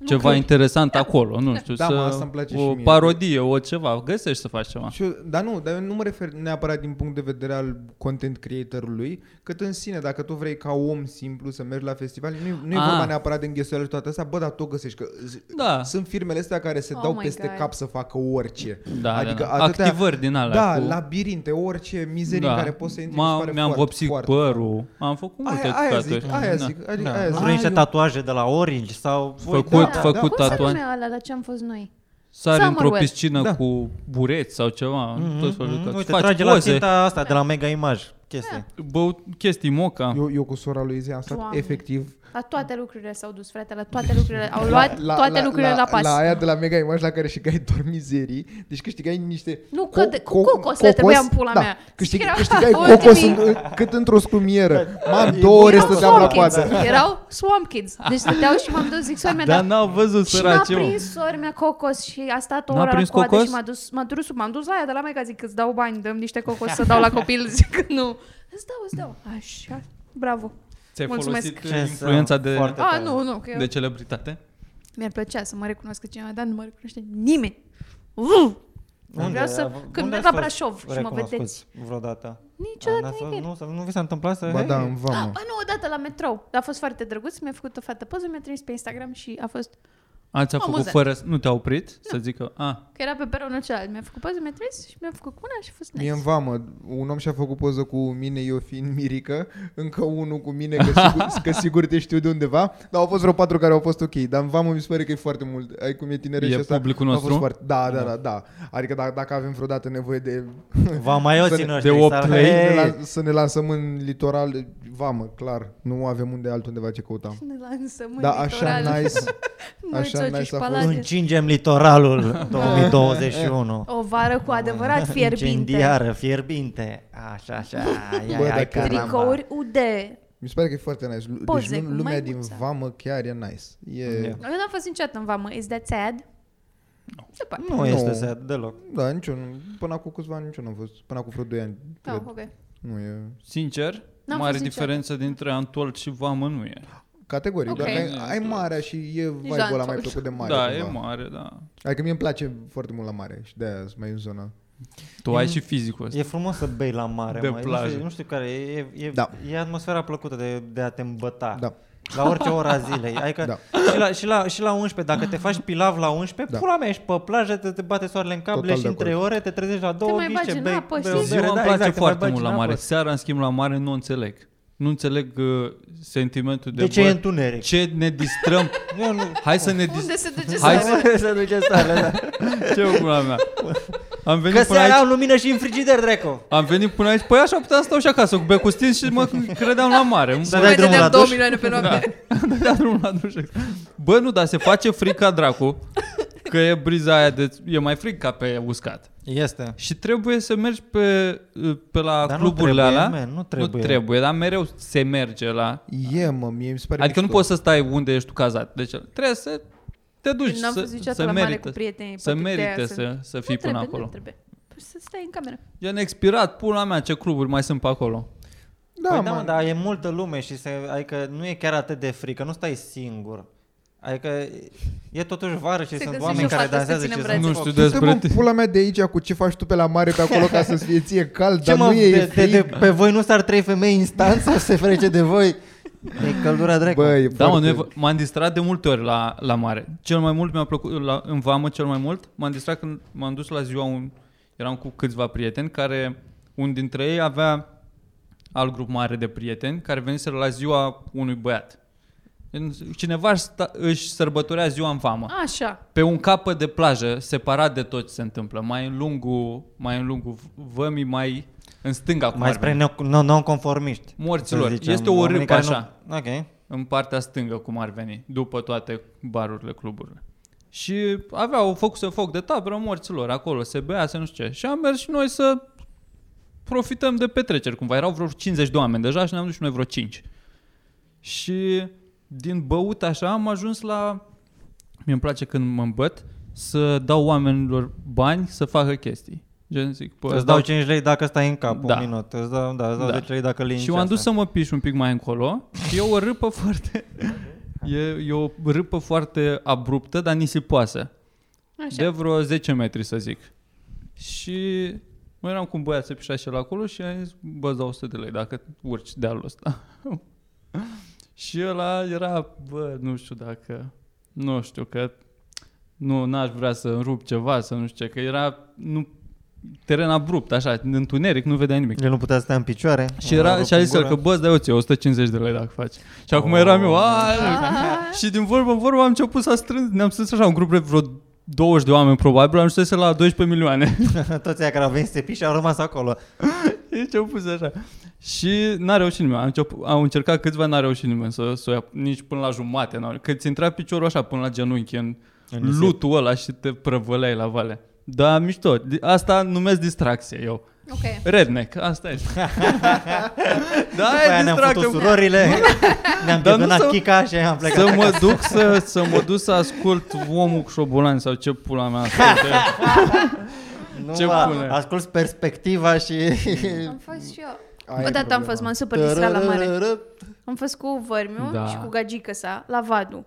E: ceva
A: Lucruri.
E: interesant acolo, nu știu,
F: Da,
E: să,
F: mă, asta îmi place și
E: o
F: mie.
E: parodie, o ceva, găsești să faci ceva.
F: Și eu, dar nu, dar eu nu mă refer neapărat din punct de vedere al content creatorului, cât în sine, dacă tu vrei ca om simplu să mergi la festival, nu, nu e
E: Ah.
F: vorba neapărat de înghesuială și toate astea, bă, dar tot găsești că z-
E: Da.
F: sunt firmele astea care se
A: Oh
F: dau
A: my
F: peste
A: God.
F: cap să facă orice.
E: Da, adică da, da.
F: atâtea-
E: activări din alea.
F: Da,
E: cu...
F: labirinte, orice mizerii da. în care poți să intri, mi se
E: M-a,
F: pare
E: Mi-am
F: foarte,
E: vopsit
F: foarte
E: părul, am făcut multe
F: Aia, aia
E: căcaturi.
F: zic, aia
E: Da.
F: zic, adică
B: Da.
F: aia zic.
B: Vrei niște tatuaje de la Orange sau... Da.
E: Făcut,
B: Voi,
E: făcut
A: Da, Cum se
E: tatuaje.
A: numea ala la ce am fost noi?
E: Sari într-o
A: Summerwell.
E: piscină
F: Da.
E: cu bureți sau ceva, mm-hmm, tot felul de
B: Mhm,
E: căcaturi.
B: Uite,
E: Faci
B: trage la
E: poze,
B: ținta
A: Da.
B: asta de la Mega Image. Chestie.
E: băut chestii moca.
F: Eu, eu cu sora lui Izzy am stat
A: Doamne.
F: efectiv
A: La toate lucrurile s-au dus, frate, la toate lucrurile. Au luat toate lucrurile la, pas.
F: La aia de la Mega Image la care și gai doar mizerii, deci câștigai niște...
A: Nu, că de- cu cocos le trebuia în pula
F: da.
A: mea.
F: Câștig,
A: Erau
F: câștigai
A: ultimii-
F: cocos în, cât într-o scrumieră. Mam, două ore
A: Erau
F: stăteam la
A: Swamp Kids.
F: coadă.
A: Erau Swamp Kids. Deci stăteau și m-am dus, zic, soare mea,
E: Dar n-au văzut
A: Și m-a
E: săraci, mă.
A: prins sora mea cocos și a stat o
E: N-a
A: oră la
E: prins
A: coadă
E: cocos?
A: și m-a dus, m-a dus, m-am dus la aia de la mega, zic, îți dau bani, dăm niște cocos să dau la copil, zic că nu. Îți dau, îți dau. Așa, bravo.
E: Ți-ai
A: Mulțumesc.
E: folosit
B: Ce să-
E: influența de,
F: Da,
B: foarte
A: A,
B: tare.
A: nu, nu, că eu,
E: de celebritate?
A: mi-ar plăcea să mă recunoască cineva, dar nu mă recunoaște nimeni. Uf!
B: Unde?
A: Vreau să-
B: Unde
A: când
B: ați
A: merg la
B: fost
A: Brașov și mă
B: recunoscuți
A: vedeți.
B: Vreodată.
A: Niciodată
B: N-ați fost-
A: nicăieri.
B: nu, să- nu vi s-a întâmplat să...
F: Ba
B: hei,
F: da, în vamă.
A: Ba nu, odată la metrou. A fost foarte drăguț, mi-a făcut o fată poză, mi-a trimis pe Instagram și a fost...
E: Ați a făcut
A: Amuzant.
E: fără... să- Nu te-a oprit? Să zică, a,
A: Că era pe peronul celălalt. Mi-a făcut poză, mi-a trimis și mi-a făcut cu una și a fost
F: Mie în
A: nice.
F: vamă, un om și-a făcut poză cu mine, eu fiind Mirica, încă unul cu mine, că sigur, că sigur te știu de undeva, dar au fost vreo patru care au fost ok, dar în vamă mi se pare că e foarte mult, ai cum e tinere
E: E
F: și asta,
E: publicul
F: a
E: nostru?
F: Fost foarte, da, da, da, da, adică dacă, dacă avem vreodată nevoie de,
B: Va mai eu
F: Să ne-
B: țin
E: de opt
F: să ne,
B: lei.
F: lan- să ne lansăm în litoral, vamă, clar, nu avem unde altundeva ce căutam.
A: Ne lansăm în
F: Da, așa
A: litoral.
F: nice,
A: Noi,
F: așa
A: Țoțu
F: nice
A: și
F: a fost.
A: Palade.
B: Încingem litoralul 2021.
A: O vară cu adevărat fierbinte.
B: Incendiară, fierbinte. Așa, așa. Ia,
F: Bă,
B: ia,
F: dar
B: caramba.
A: Tricouri ude.
F: mi se pare că e foarte nice, Lu-
A: Poze
F: deci
A: cu
F: lu- lumea din
A: maimuța.
F: vamă chiar e nice, e,
B: Yeah.
A: Eu n-am fost niciodată în vamă. Is that sad? Se poate.
B: Nu,
F: Nu.
B: este sad deloc.
F: da, niciun, până acum câțiva ani niciun am fost, până acum vreo 2 ani,
A: Da,
F: cred.
A: ok.
E: Deci
F: Nu e...
E: sincer,
A: N-am
E: mare
A: fost niciodată.
E: diferență dintre Antol și Vamă nu e.
F: Categoric,
A: Ok.
F: okay. doar că ai, ai marea și e vibe-ul
A: la
F: ăla mai
A: început.
F: plăcut de mare.
E: da,
F: cumva.
E: e mare, da.
F: Adică mie îmi place foarte mult la mare și de-aia sunt mai în zona.
E: Tu ai și fizicul ăsta.
B: E frumos să bei la mare,
E: De
B: mă. Nu,
E: plajă.
B: știu, nu știu care, e, e- e,
F: Da.
B: e atmosfera plăcută de, de a te îmbăta.
F: Da.
B: La orice ora zilei. Adică
F: Da.
B: și, la, și, la, și la 11, dacă te faci pilav la 11,
F: Da.
B: pula mea, ești pe plajă, te, te bate soarele în cap,
F: Total
B: leși
F: de
B: în 3
F: acord.
B: ore, te trezești la 2,
A: mai bagi
B: bei,
A: în
B: bei,
A: apă și-
B: bei,
A: Ziua
B: o bere,
E: Ziua îmi
B: da,
E: place
B: exact, te mai
E: foarte
B: bagi
E: mult
B: în
E: la mare.
B: apă.
E: Seara, în schimb, la mare nu înțeleg. Nu înțeleg uh, sentimentul de,
B: De ce
E: bă,
B: e întuneric?
E: Ce ne distrăm?
B: Eu nu...
E: Hai să ne
A: Unde
E: distrăm.
A: se duce
E: Hai
A: să...
B: să duce stare, da.
E: Ce pula mea? Am venit
B: Că
E: până
B: seara au
E: aici,
B: lumină și în frigider, Dreco.
E: am venit până aici, păi așa puteam să stau și acasă cu becustin și mă credeam la mare. Îmi
B: Dar
A: Noi
B: dai drumul la
A: dădeam 2
B: duș?
A: milioane pe
E: Da.
A: noapte.
E: Dădea drumul la duș. Bă, nu, dar se face frig ca dracu. Că e briza aia de... E mai frig ca pe uscat.
B: Este.
E: Și trebuie să mergi pe, uh, pe la
B: Dar nu
E: cluburile
B: trebuie,
E: alea.
B: man, nu trebuie.
E: Nu trebuie, dar mereu se merge la...
F: E, mă, mie mi se pare
E: Adică nu
F: mișto.
E: poți să stai unde ești tu cazat. Deci trebuie să te duci,
A: N-am
E: să,
A: fost niciodată
E: să
A: la mare
E: merită,
A: cu prietenii.
E: să
A: poate de aia
E: merite
A: sunt.
E: să, să
A: Nu
E: fii până
A: trebuie, Nu
E: acolo.
A: trebuie. Păi Să stai în cameră.
E: Gen expirat, pula mea, ce cluburi mai sunt pe acolo.
F: Da,
B: păi
F: mă,
B: da, mă, dar e multă lume și se, adică nu e chiar atât de frică, nu stai singur. Adică e totuși vară și
A: Se
B: sunt
A: găsește
B: oameni
A: o
B: care
A: fată să
B: dansează
A: țină
B: și
A: în
B: sunt
A: brațe.
E: Nu
B: foc.
E: știu
F: Du-te, mă,
E: despre... te-
F: pula mea de aici cu ce faci tu pe la mare pe acolo ca să-ți fie ție cald,
B: Ce
F: dar
B: mă,
F: nu e, e
B: de, de,
F: frig.
B: de, pe voi nu s-ar trei femei instant sau se frece de voi? E căldura dracu.
F: Bă, e
E: Da, mă,
F: foarte...
E: nu e, v- m-am distrat de multe ori la, la mare. Cel mai mult mi-a plăcut, la, în vamă cel mai mult, m-am distrat când m-am dus la ziua, un, eram cu câțiva prieteni care, un dintre ei avea alt grup mare de prieteni care veniseră la ziua unui băiat. În- Cineva își sta, își sărbătorea ziua în vamă.
A: Așa.
E: Pe un capăt de plajă, separat de tot ce se întâmplă, mai în lungul, mai în lungul v- vămii, mai în stânga, cum
B: mai
E: ar
B: spre
E: veni.
B: neo- no- non-conformiști.
E: Morților.
B: să
E: Este o
B: oamenii
E: râpă
B: care nu-
E: așa.
B: Ok.
E: în partea stângă, cum ar veni, după toate barurile, cluburile. Și aveau focus în foc de tabără morților acolo, se bea, se nu știu ce. Și am mers și noi să profităm de petreceri cumva. Erau vreo 50 de oameni deja și ne-am dus și noi vreo 5. Și din băut așa am ajuns la... mi îmi place când mă îmbăt să dau oamenilor bani să facă chestii. Gen zic, pă,
B: Îți dau 5 lei dacă stai în cap
E: Da.
B: un minut. Îți dau, da, îți dau
E: Da.
B: 10 lei dacă linci
E: și m-am dus să mă piș un pic mai încolo și e o râpă foarte... E, e o râpă foarte abruptă, dar nisipoasă.
A: Așa.
E: De vreo 10 metri, să zic. Și mă eram cu un băiat, se pișa și el acolo și am zis, bă, îți dau 100 de lei dacă urci dealul ăsta. și ăla era, bă, nu știu dacă, nu știu că, nu, n-aș vrea să rup ceva, să nu știu ce, că era, nu, teren abrupt, așa, întuneric, nu vedea nimic.
B: El nu putea să stea în picioare.
E: Și, era, și a zis el că, bă, îți dau eu ție 150 de lei dacă faci. Și acum
B: Oh.
E: eram eu, "A, nu." Și din vorbă în vorbă am început să strâng, ne-am strâns așa un grup de vreo 20 de oameni probabil, am ajuns la 12 milioane.
B: Toți aia care au venit să se pișe au rămas acolo.
E: Deci au pus așa. Și n-a reușit nimeni. Au, început, au încercat câțiva, n-a reușit nimeni să, să o ia nici până la jumate. N-au, că ți intra piciorul așa până la genunchi în,
B: În nisip.
E: lutul ăla și te prăvăleai la vale. Da, mișto. Di- Asta numesc distracție eu.
A: Ok.
E: Redneck, asta e. da,
B: După aia
E: e
B: ne-am
E: distracție.
B: făcut surorile, ne-am
E: Dar nu
B: pierdonat
E: s-au-
B: chica și am plecat.
E: Să mă duc să, să mă duc să ascult omul șobolan sau ce pula mea. Asta e.
B: Nu,
E: Ce
B: mă,
E: pune?
B: Ascult perspectiva și...
A: Am fost și eu.
C: Aia e
A: Odată am
C: problema.
A: fost, m-am super distrat Păi la mare.
B: Tărărără.
A: Am fost cu vărmiu
E: Da.
A: da. și cu gagică sa la Vadu.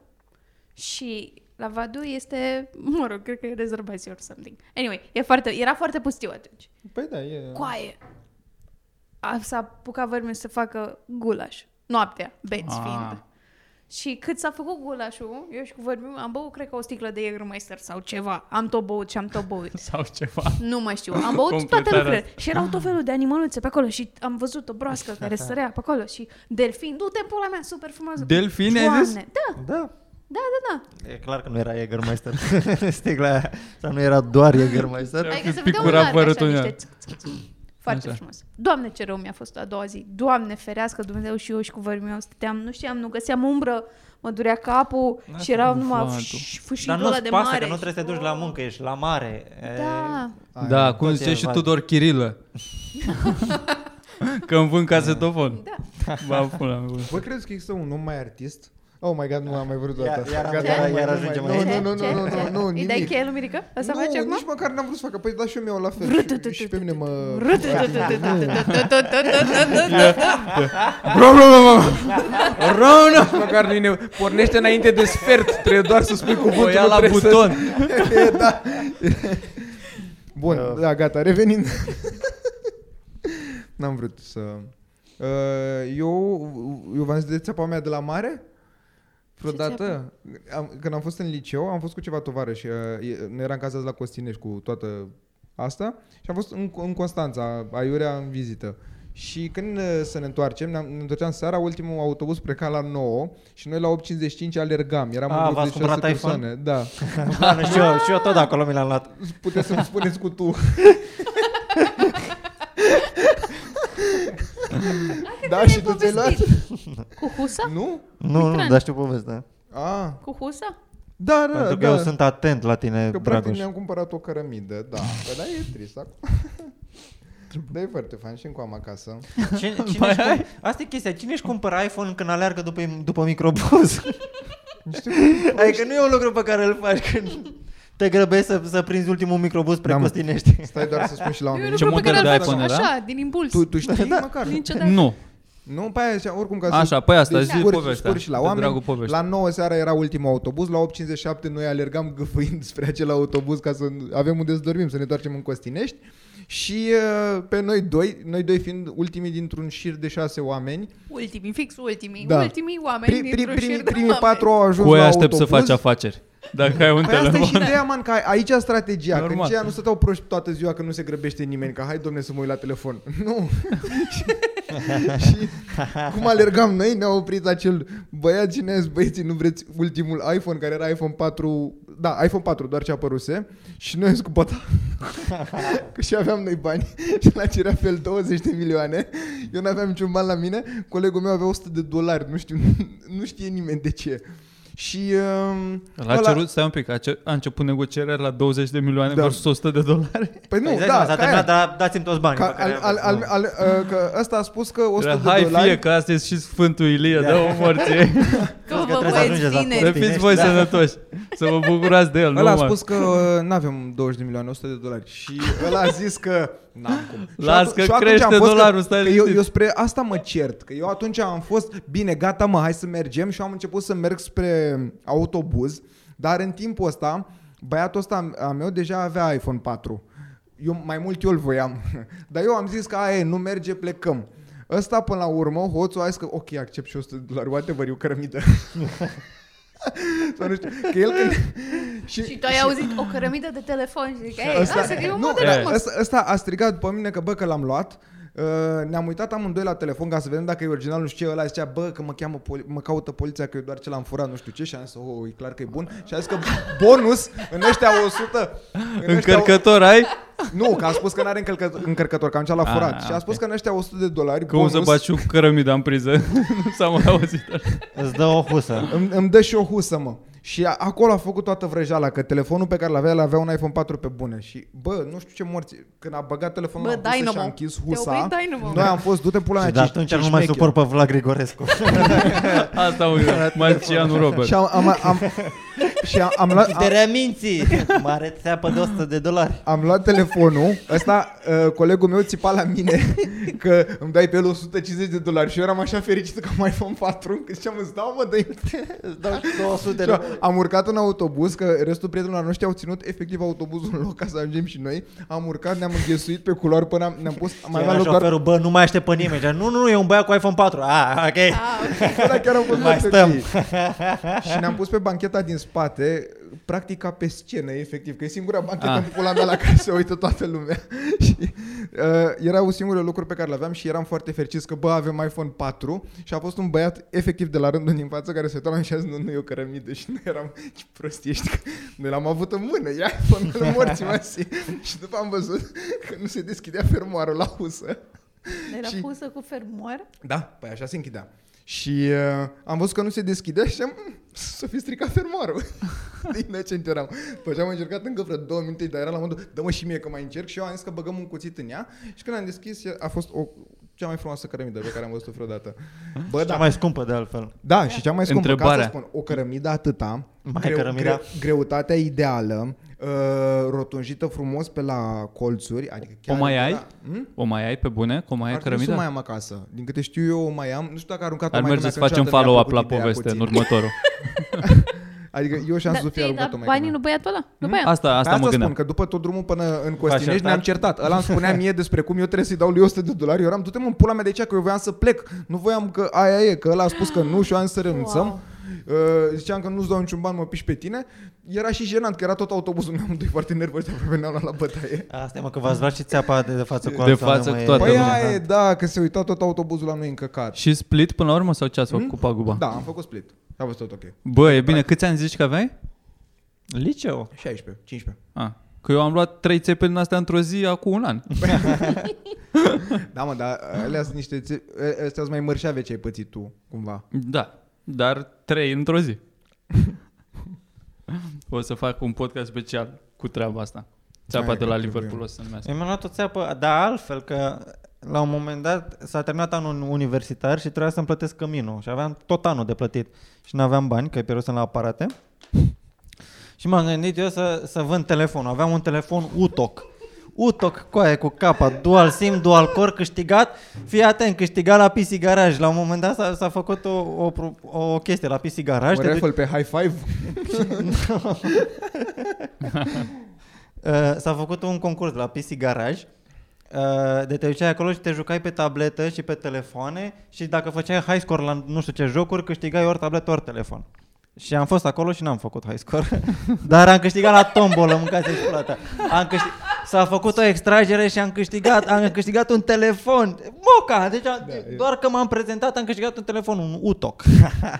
A: Și la Vadu este, mă rog, cred că e rezervație or something. Anyway, e foarte, era foarte pustiu atunci.
C: Păi da, e...
A: Coaie! A, s-a apucat vărmiu să facă gulaș. Noaptea, beți
E: Ah.
A: fiind. Și cât s-a făcut gulașul, eu și cu vorbiu, am băut, cred că o sticlă de Jägermeister sau ceva. Am tot băut și am tot băut.
E: sau ceva.
A: Nu mai știu. Am băut toate
E: Completarea
A: lucrurile. Și erau tot felul de animăluțe pe acolo și am văzut o broască care sărea pe acolo și delfin. Du-te, pula mea, super frumos.
E: Delfini, ai
A: Doamne,
E: zis?
A: Da,
B: Da,
A: da, da, da.
B: e clar că nu era Jägermeister. Sticla aia. Sau nu era doar Jägermeister.
A: Adică se vedea
E: picura
A: un larg așa,
E: părătul în ea.
A: niște ț- ț- ț- Foarte
E: Așa.
A: frumos. Doamne, ce rău mi-a fost a doua zi. Doamne, ferească Dumnezeu și eu și cu vărmii meu stăteam, nu știam, nu găseam umbră, mă durea capul și erau numai
E: cumva,
A: fâș-
B: Dar
A: fâșitul
B: nu
A: ăla de
B: ți pasă
A: mare.
B: că nu trebuie să te duci la muncă, ești la mare. E,
A: Da.
C: Aia.
E: Da, cum
B: tot
E: zice
B: e
E: și
B: val.
E: Tudor Chirilă. că îmi vând casetofon.
A: Da.
E: Ba, pula mea.
F: Bă, crezi că există un om mai artist?
C: Oh my god, nu am mai vrut
B: Iar-
C: data
B: iar am-
C: Gata,
B: iar-
C: nu mai-
B: iar
C: nu
B: ajungem
C: mai-
B: aici.
C: Nu, nu, nu, nu, nu, nu,
A: Îi dai
C: nimic.
A: cheia lui Mirica? Asta
C: Nu,
A: faci acum?
F: Nici măcar n-am vrut să facă. Păi da și eu mi-au la fel.
A: Rututututu.
F: Și- Și pe mine mă...
E: Bro, bro, bro,
F: Rona! Măcar nu ne... Pornește înainte de sfert. Trebuie doar să spui
E: bro. O
F: cuvântul.
E: ia
F: nu
E: la
F: trebuie să-
E: buton.
F: da. Bun,
B: Da.
F: da, gata, revenind. N-am vrut să... Uh, Eu, eu v-am zis de țeapa mea de la mare? Vreodată, am, când am fost în liceu, am fost cu ceva tovarăși. Uh, e- Noi eram cazați la Costinești cu toată asta și am fost în, în Constanța, aiurea în vizită. Și când uh, să ne întoarcem, ne-am, ne întorceam seara, ultimul autobuz pleca la 9 și noi la 8.55 alergam. Eram
B: A,
F: un grup
B: v-ați
F: de 6
B: cumpărat iPhone?
F: persoane. Da.
B: Da, nu, și, eu, și eu tot de acolo mi l-am luat.
F: Puteți să-mi spuneți cu tu. da, și tu ți-ai luat?
A: Cu
B: Da.
A: husa?
F: Nu?
B: Nu, nu,
A: Mitran.
B: dar știu povestea.
F: A,
A: Cu husa?
F: da, da,
B: Pentru că
F: da.
B: eu sunt atent la tine,
F: Că practic
B: Dragoș.
F: ne-am cumpărat o cărămidă, da. Bă, da, e trist acum. Dar e foarte fain și încă am acasă.
B: Cine, cine își cum... Asta e chestia. Cine își cumpără iPhone când aleargă după, după microbuz? adică nu e un lucru pe care îl faci când te grăbești să, să prinzi ultimul microbuz spre
F: Da, mă.
B: Costinești.
F: Stai doar să spun și la
A: E un
F: oameni.
E: Ce
A: lucru pe
E: model
A: care îl
E: de
A: faci
E: iPhone era?
A: așa, din impuls.
F: Tu, tu știi da. măcar?
A: Niciodată.
E: Nu.
F: Nu, pe aia zicea, oricum ca să...
E: Așa, păi asta,
F: Deci,
E: zi
F: scurt-
E: povestea.
F: scurt și la
E: de Dragul
F: oameni,
E: povestea.
F: la 9 seara era ultimul autobuz, la 8.57 noi alergam gâfâind spre acel autobuz ca să avem unde să dormim, să ne întoarcem în Costinești. Și uh, pe noi doi, noi doi fiind ultimii dintr-un șir de șase oameni,
A: Ultimii, fix ultimii.
F: Da.
A: Ultimii oameni
F: pri, pri,
A: dintr-un șir
F: primii,
A: de
F: primii
A: oameni.
F: patru au ajuns
E: Cu aia
F: la
E: aștept să
F: autobuz.
E: faci afaceri. Dacă ai un
F: Păi asta e și
E: telefon.
F: ideea, man, că aici e strategia, Normal. că
E: Normal.
F: aceea nu stăteau proști toată ziua că nu se grăbește nimeni, că hai domne să mă uit la telefon. Nu. și cum alergam noi, ne-a oprit acel băiat și ne-a zis, băieții, nu vreți ultimul iPhone, care era iPhone 4, da, iPhone 4, doar ce apăruse, și noi am zis cu bata, că și aveam noi bani și la cerea fel 20 de milioane, eu n-aveam niciun ban la mine, colegul meu avea 100 de dolari, nu știu, nu știe nimeni de ce. Și um,
E: L-a cerut, stai un pic, a, ce, a început negocierea la 20 de milioane
F: Da.
E: versus 100 de dolari.
F: Păi nu,
B: Păi, zici, mă,
F: da, ca
B: s-a
F: aia.
B: terminat, dar dați-mi toți banii.
F: Ca,
B: pe care
F: al, al,
B: i-am
F: al,
B: văzut.
F: al, uh, că ăsta a spus că 100 de
E: Hai
F: dolari...
E: fie că asta e și Sfântul
F: Da.
E: Ilie, dă o morție.
A: Că
B: că
A: vă
B: trebuie să ajungeți
A: băieți
B: la
E: Să
A: tineri.
E: fiți voi sănătoși. Să vă bucurați de el.
F: da. Ăla a
E: nu, mă.
F: spus că uh, nu avem 20 de milioane, 100 de dolari. Și ăla a zis că n-am cum. Și
E: Las
F: atu-
E: că
F: și atunci
E: crește
F: am fost
E: dolarul,
F: că,
E: stai
F: că eu,
E: liniștit.
F: eu spre asta mă cert, că eu atunci am fost, bine, gata mă, hai să mergem și eu am început să merg spre autobuz, dar în timpul ăsta, băiatul ăsta a meu deja avea iPhone 4. Eu mai mult eu îl voiam, dar eu am zis că aia e, nu merge, plecăm. Ăsta până la urmă, hoțul a zis că ok, accept și 100 de dolari, whatever, eu cărămidă. Sau nu știu, că el când...
A: Și tu ai auzit o cărămidă de telefon și zic, ei,
F: Ăsta-
A: lasă că e un
F: nu,
A: model, mă.
F: ăsta, ăsta a strigat după mine că bă că l-am luat Uh, ne-am uitat amândoi la telefon ca să vedem dacă e original, nu știu ce, ăla zicea, bă, că mă, cheamă, poli- mă caută poliția că eu doar ce l-am furat, nu știu ce, și am zis, oh, e clar că e bun, și a zis că bonus, în ăștia 100, în ăștia
E: Încărcător ai?
F: Nu, că a spus că n-are încălcă- încărcător, că atunci l-a
E: Ah,
F: furat. și a
E: ok.
F: spus că în ăștia 100 de dolari
E: Cum să
F: bonus,
E: baci o cărămidă în priză? nu s-a mai auzit așa.
B: Îți dă o husă.
F: îmi, îmi dă și o husă, mă. Și a- acolo a făcut toată vrăjeala, că telefonul pe care l-avea, l-avea un iPhone 4 pe bune. Și, bă, nu știu ce morți. Când a băgat telefonul
A: Bă,
F: în husă și
A: Dynamo.
F: a închis
A: Te
F: husa,
A: opri Dynamo.
F: noi am fost, du-te pula mea,
B: Și de
F: ce-
B: atunci
F: ce
B: nu mai
F: șmecher.
B: suport pe Vlad Grigorescu.
E: Asta am uitat. Marcianu Robert.
F: Și am, am, am, și am, am luat...
B: Închiderea minții! Mare țeapă de 100 de dolari.
F: Am luat telefonul, ăsta, uh, colegul meu țipa la mine că îmi dai pe el 150 de dolari și eu eram așa fericit că am mai iPhone 4, că ziceam, îți dau "Da, mă, dă
B: Îți dau 200
F: Și am urcat în autobuz, că restul prietenilor noștri au ținut efectiv autobuzul în loc ca să ajungem și noi. Am urcat, ne-am înghesuit pe culoare până am, ne-am pus, mai
B: Mai era
F: aveam loc doar
B: șoferul, bă, nu mai aștept pe nimeni. Zicea, nu, nu, nu, e un băiat cu iPhone 4. Ah, ok.
F: până chiar am fost
B: Mai
F: la
B: stăm.
F: femeie. Și ne-am pus pe bancheta din spate, practic ca pe scenă, efectiv, că e singura banchetă
E: Ah.
F: în pula mea la care se uită toată lumea. și uh, erau singurele lucruri pe care le aveam și eram foarte fericiți că, bă, avem iPhone 4 și a fost un băiat efectiv de la rândul din față care se uita la mine și a zis, nu, nu, e o cărămidă și noi eram, ce prost ești, că noi l-am avut în mână, ia iPhone-ul morții, masi. și după am văzut că nu se deschidea fermoarul la husă.
A: Era
F: Și-
A: pusă cu fermoar.
F: Da, păi așa se închidea. Și uh, am văzut că nu se deschidea și am mm, să fi stricat fermoarul. De inocent eram. Păi și am încercat încă vreo două minute, dar era la modul, dă-mă și mie că mai încerc și eu am zis că băgăm un cuțit în ea și când am deschis, ea- a fost o, cea mai frumoasă cărămidă pe care am văzut-o vreodată. Bă,
B: Cea
F: da,
B: mai scumpă de altfel.
F: da, și cea mai scumpă,
E: Întrebarea.
F: ca să spun, o cărămidă atâta,
B: Mai cărămida.
F: greutatea ideală, uh, rotunjită frumos pe la colțuri, adică chiar...
E: O mai ai?
F: Da. Hmm?
E: O mai ai pe bune? Cum mai ai
F: Ar trebui să o mai
E: cărămida?
F: am acasă. Din câte știu eu, o mai am. Nu știu dacă a aruncat-o
E: Ar
F: mai
E: merge
F: lumea,
E: să
F: că
E: facem
F: niciodată mi-a
E: follow-up la
F: plăcut ideea
E: poveste în
F: puțin.
E: următorul.
F: Adică eu și am zis să fie
A: ți-ai dat
F: aruncat-o mai
A: Da, banii lui băiatul ăla? Lui băiat.
E: Asta, asta mă
F: spun,
E: gândeam. da.
F: că după tot drumul până în Costinești
B: certat?
F: ne-am certat. Ăla îmi spunea mie despre cum eu trebuie să-i dau lui 100 de dolari. Eu eram, du-te mă în pula mea de aici, că eu voiam să plec. Nu voiam că aia e, că ăla a spus că nu și eu am zis să renunțăm.
A: Wow.
F: Uh, ziceam că nu-ți dau niciun ban, mă piși pe tine. Era și jenant, că era tot autobuzul meu, amândoi foarte nervoși, de aproape ne-au luat la bătaie.
B: Asta e, mă, că v-ați luat și țeapa de, de față cu
E: De
B: alții,
E: față
B: nu mai
E: cu toată
B: e-
F: Păi
E: lumea.
F: aia e, da, că se uita tot autobuzul la noi încăcat.
E: Și split până la urmă sau ce ați făcut
F: Hmm?
E: cu paguba?
F: Da, am făcut split. A fost tot ok.
E: Bă, e bine, câți ani zici că aveai?
B: Liceu.
F: 16, 15.
E: Ah. Că eu am luat trei țepe din astea într-o zi acum un an.
F: Da, mă, dar alea sunt niște... ți- Astea sunt mai mărșave ce ai pățit tu, cumva.
E: Da, dar trei într-o zi. o să fac un podcast special cu treaba asta. Țeapa
B: Da,
F: Hai,
E: de la
F: că
E: Liverpool
F: trebuie.
E: o să se numească.
B: Eu mi-am luat o țeapă, dar altfel, că la un moment dat s-a terminat anul universitar și trebuia să-mi plătesc căminul și aveam tot anul de plătit și nu aveam bani, că pierdusem la aparate. Și m-am gândit eu să, să vând telefonul. Aveam un telefon UTOC. UTOC, coaie cu capa, dual SIM, dual core, câștigat. Fii atent, câștigat la PC Garage. La un moment dat s-a, s-a făcut o, o, pro- o chestie la PC
F: Un
B: Garage. Te duci-
F: raffle pe high five?
B: Uh, s-a făcut un concurs la PC Garage uh, de te duceai acolo și te jucai pe tabletă și pe telefoane și dacă făceai high score la nu știu ce jocuri, câștigai ori tabletă, ori telefon. Și am fost acolo și n-am făcut high score, dar am câștigat la tombolă, mâncați și plata. Am câștig... S-a făcut o extragere și am câștigat, am câștigat un telefon. Moca! Deci am, da, doar că m-am prezentat, am câștigat un telefon, un UTOC.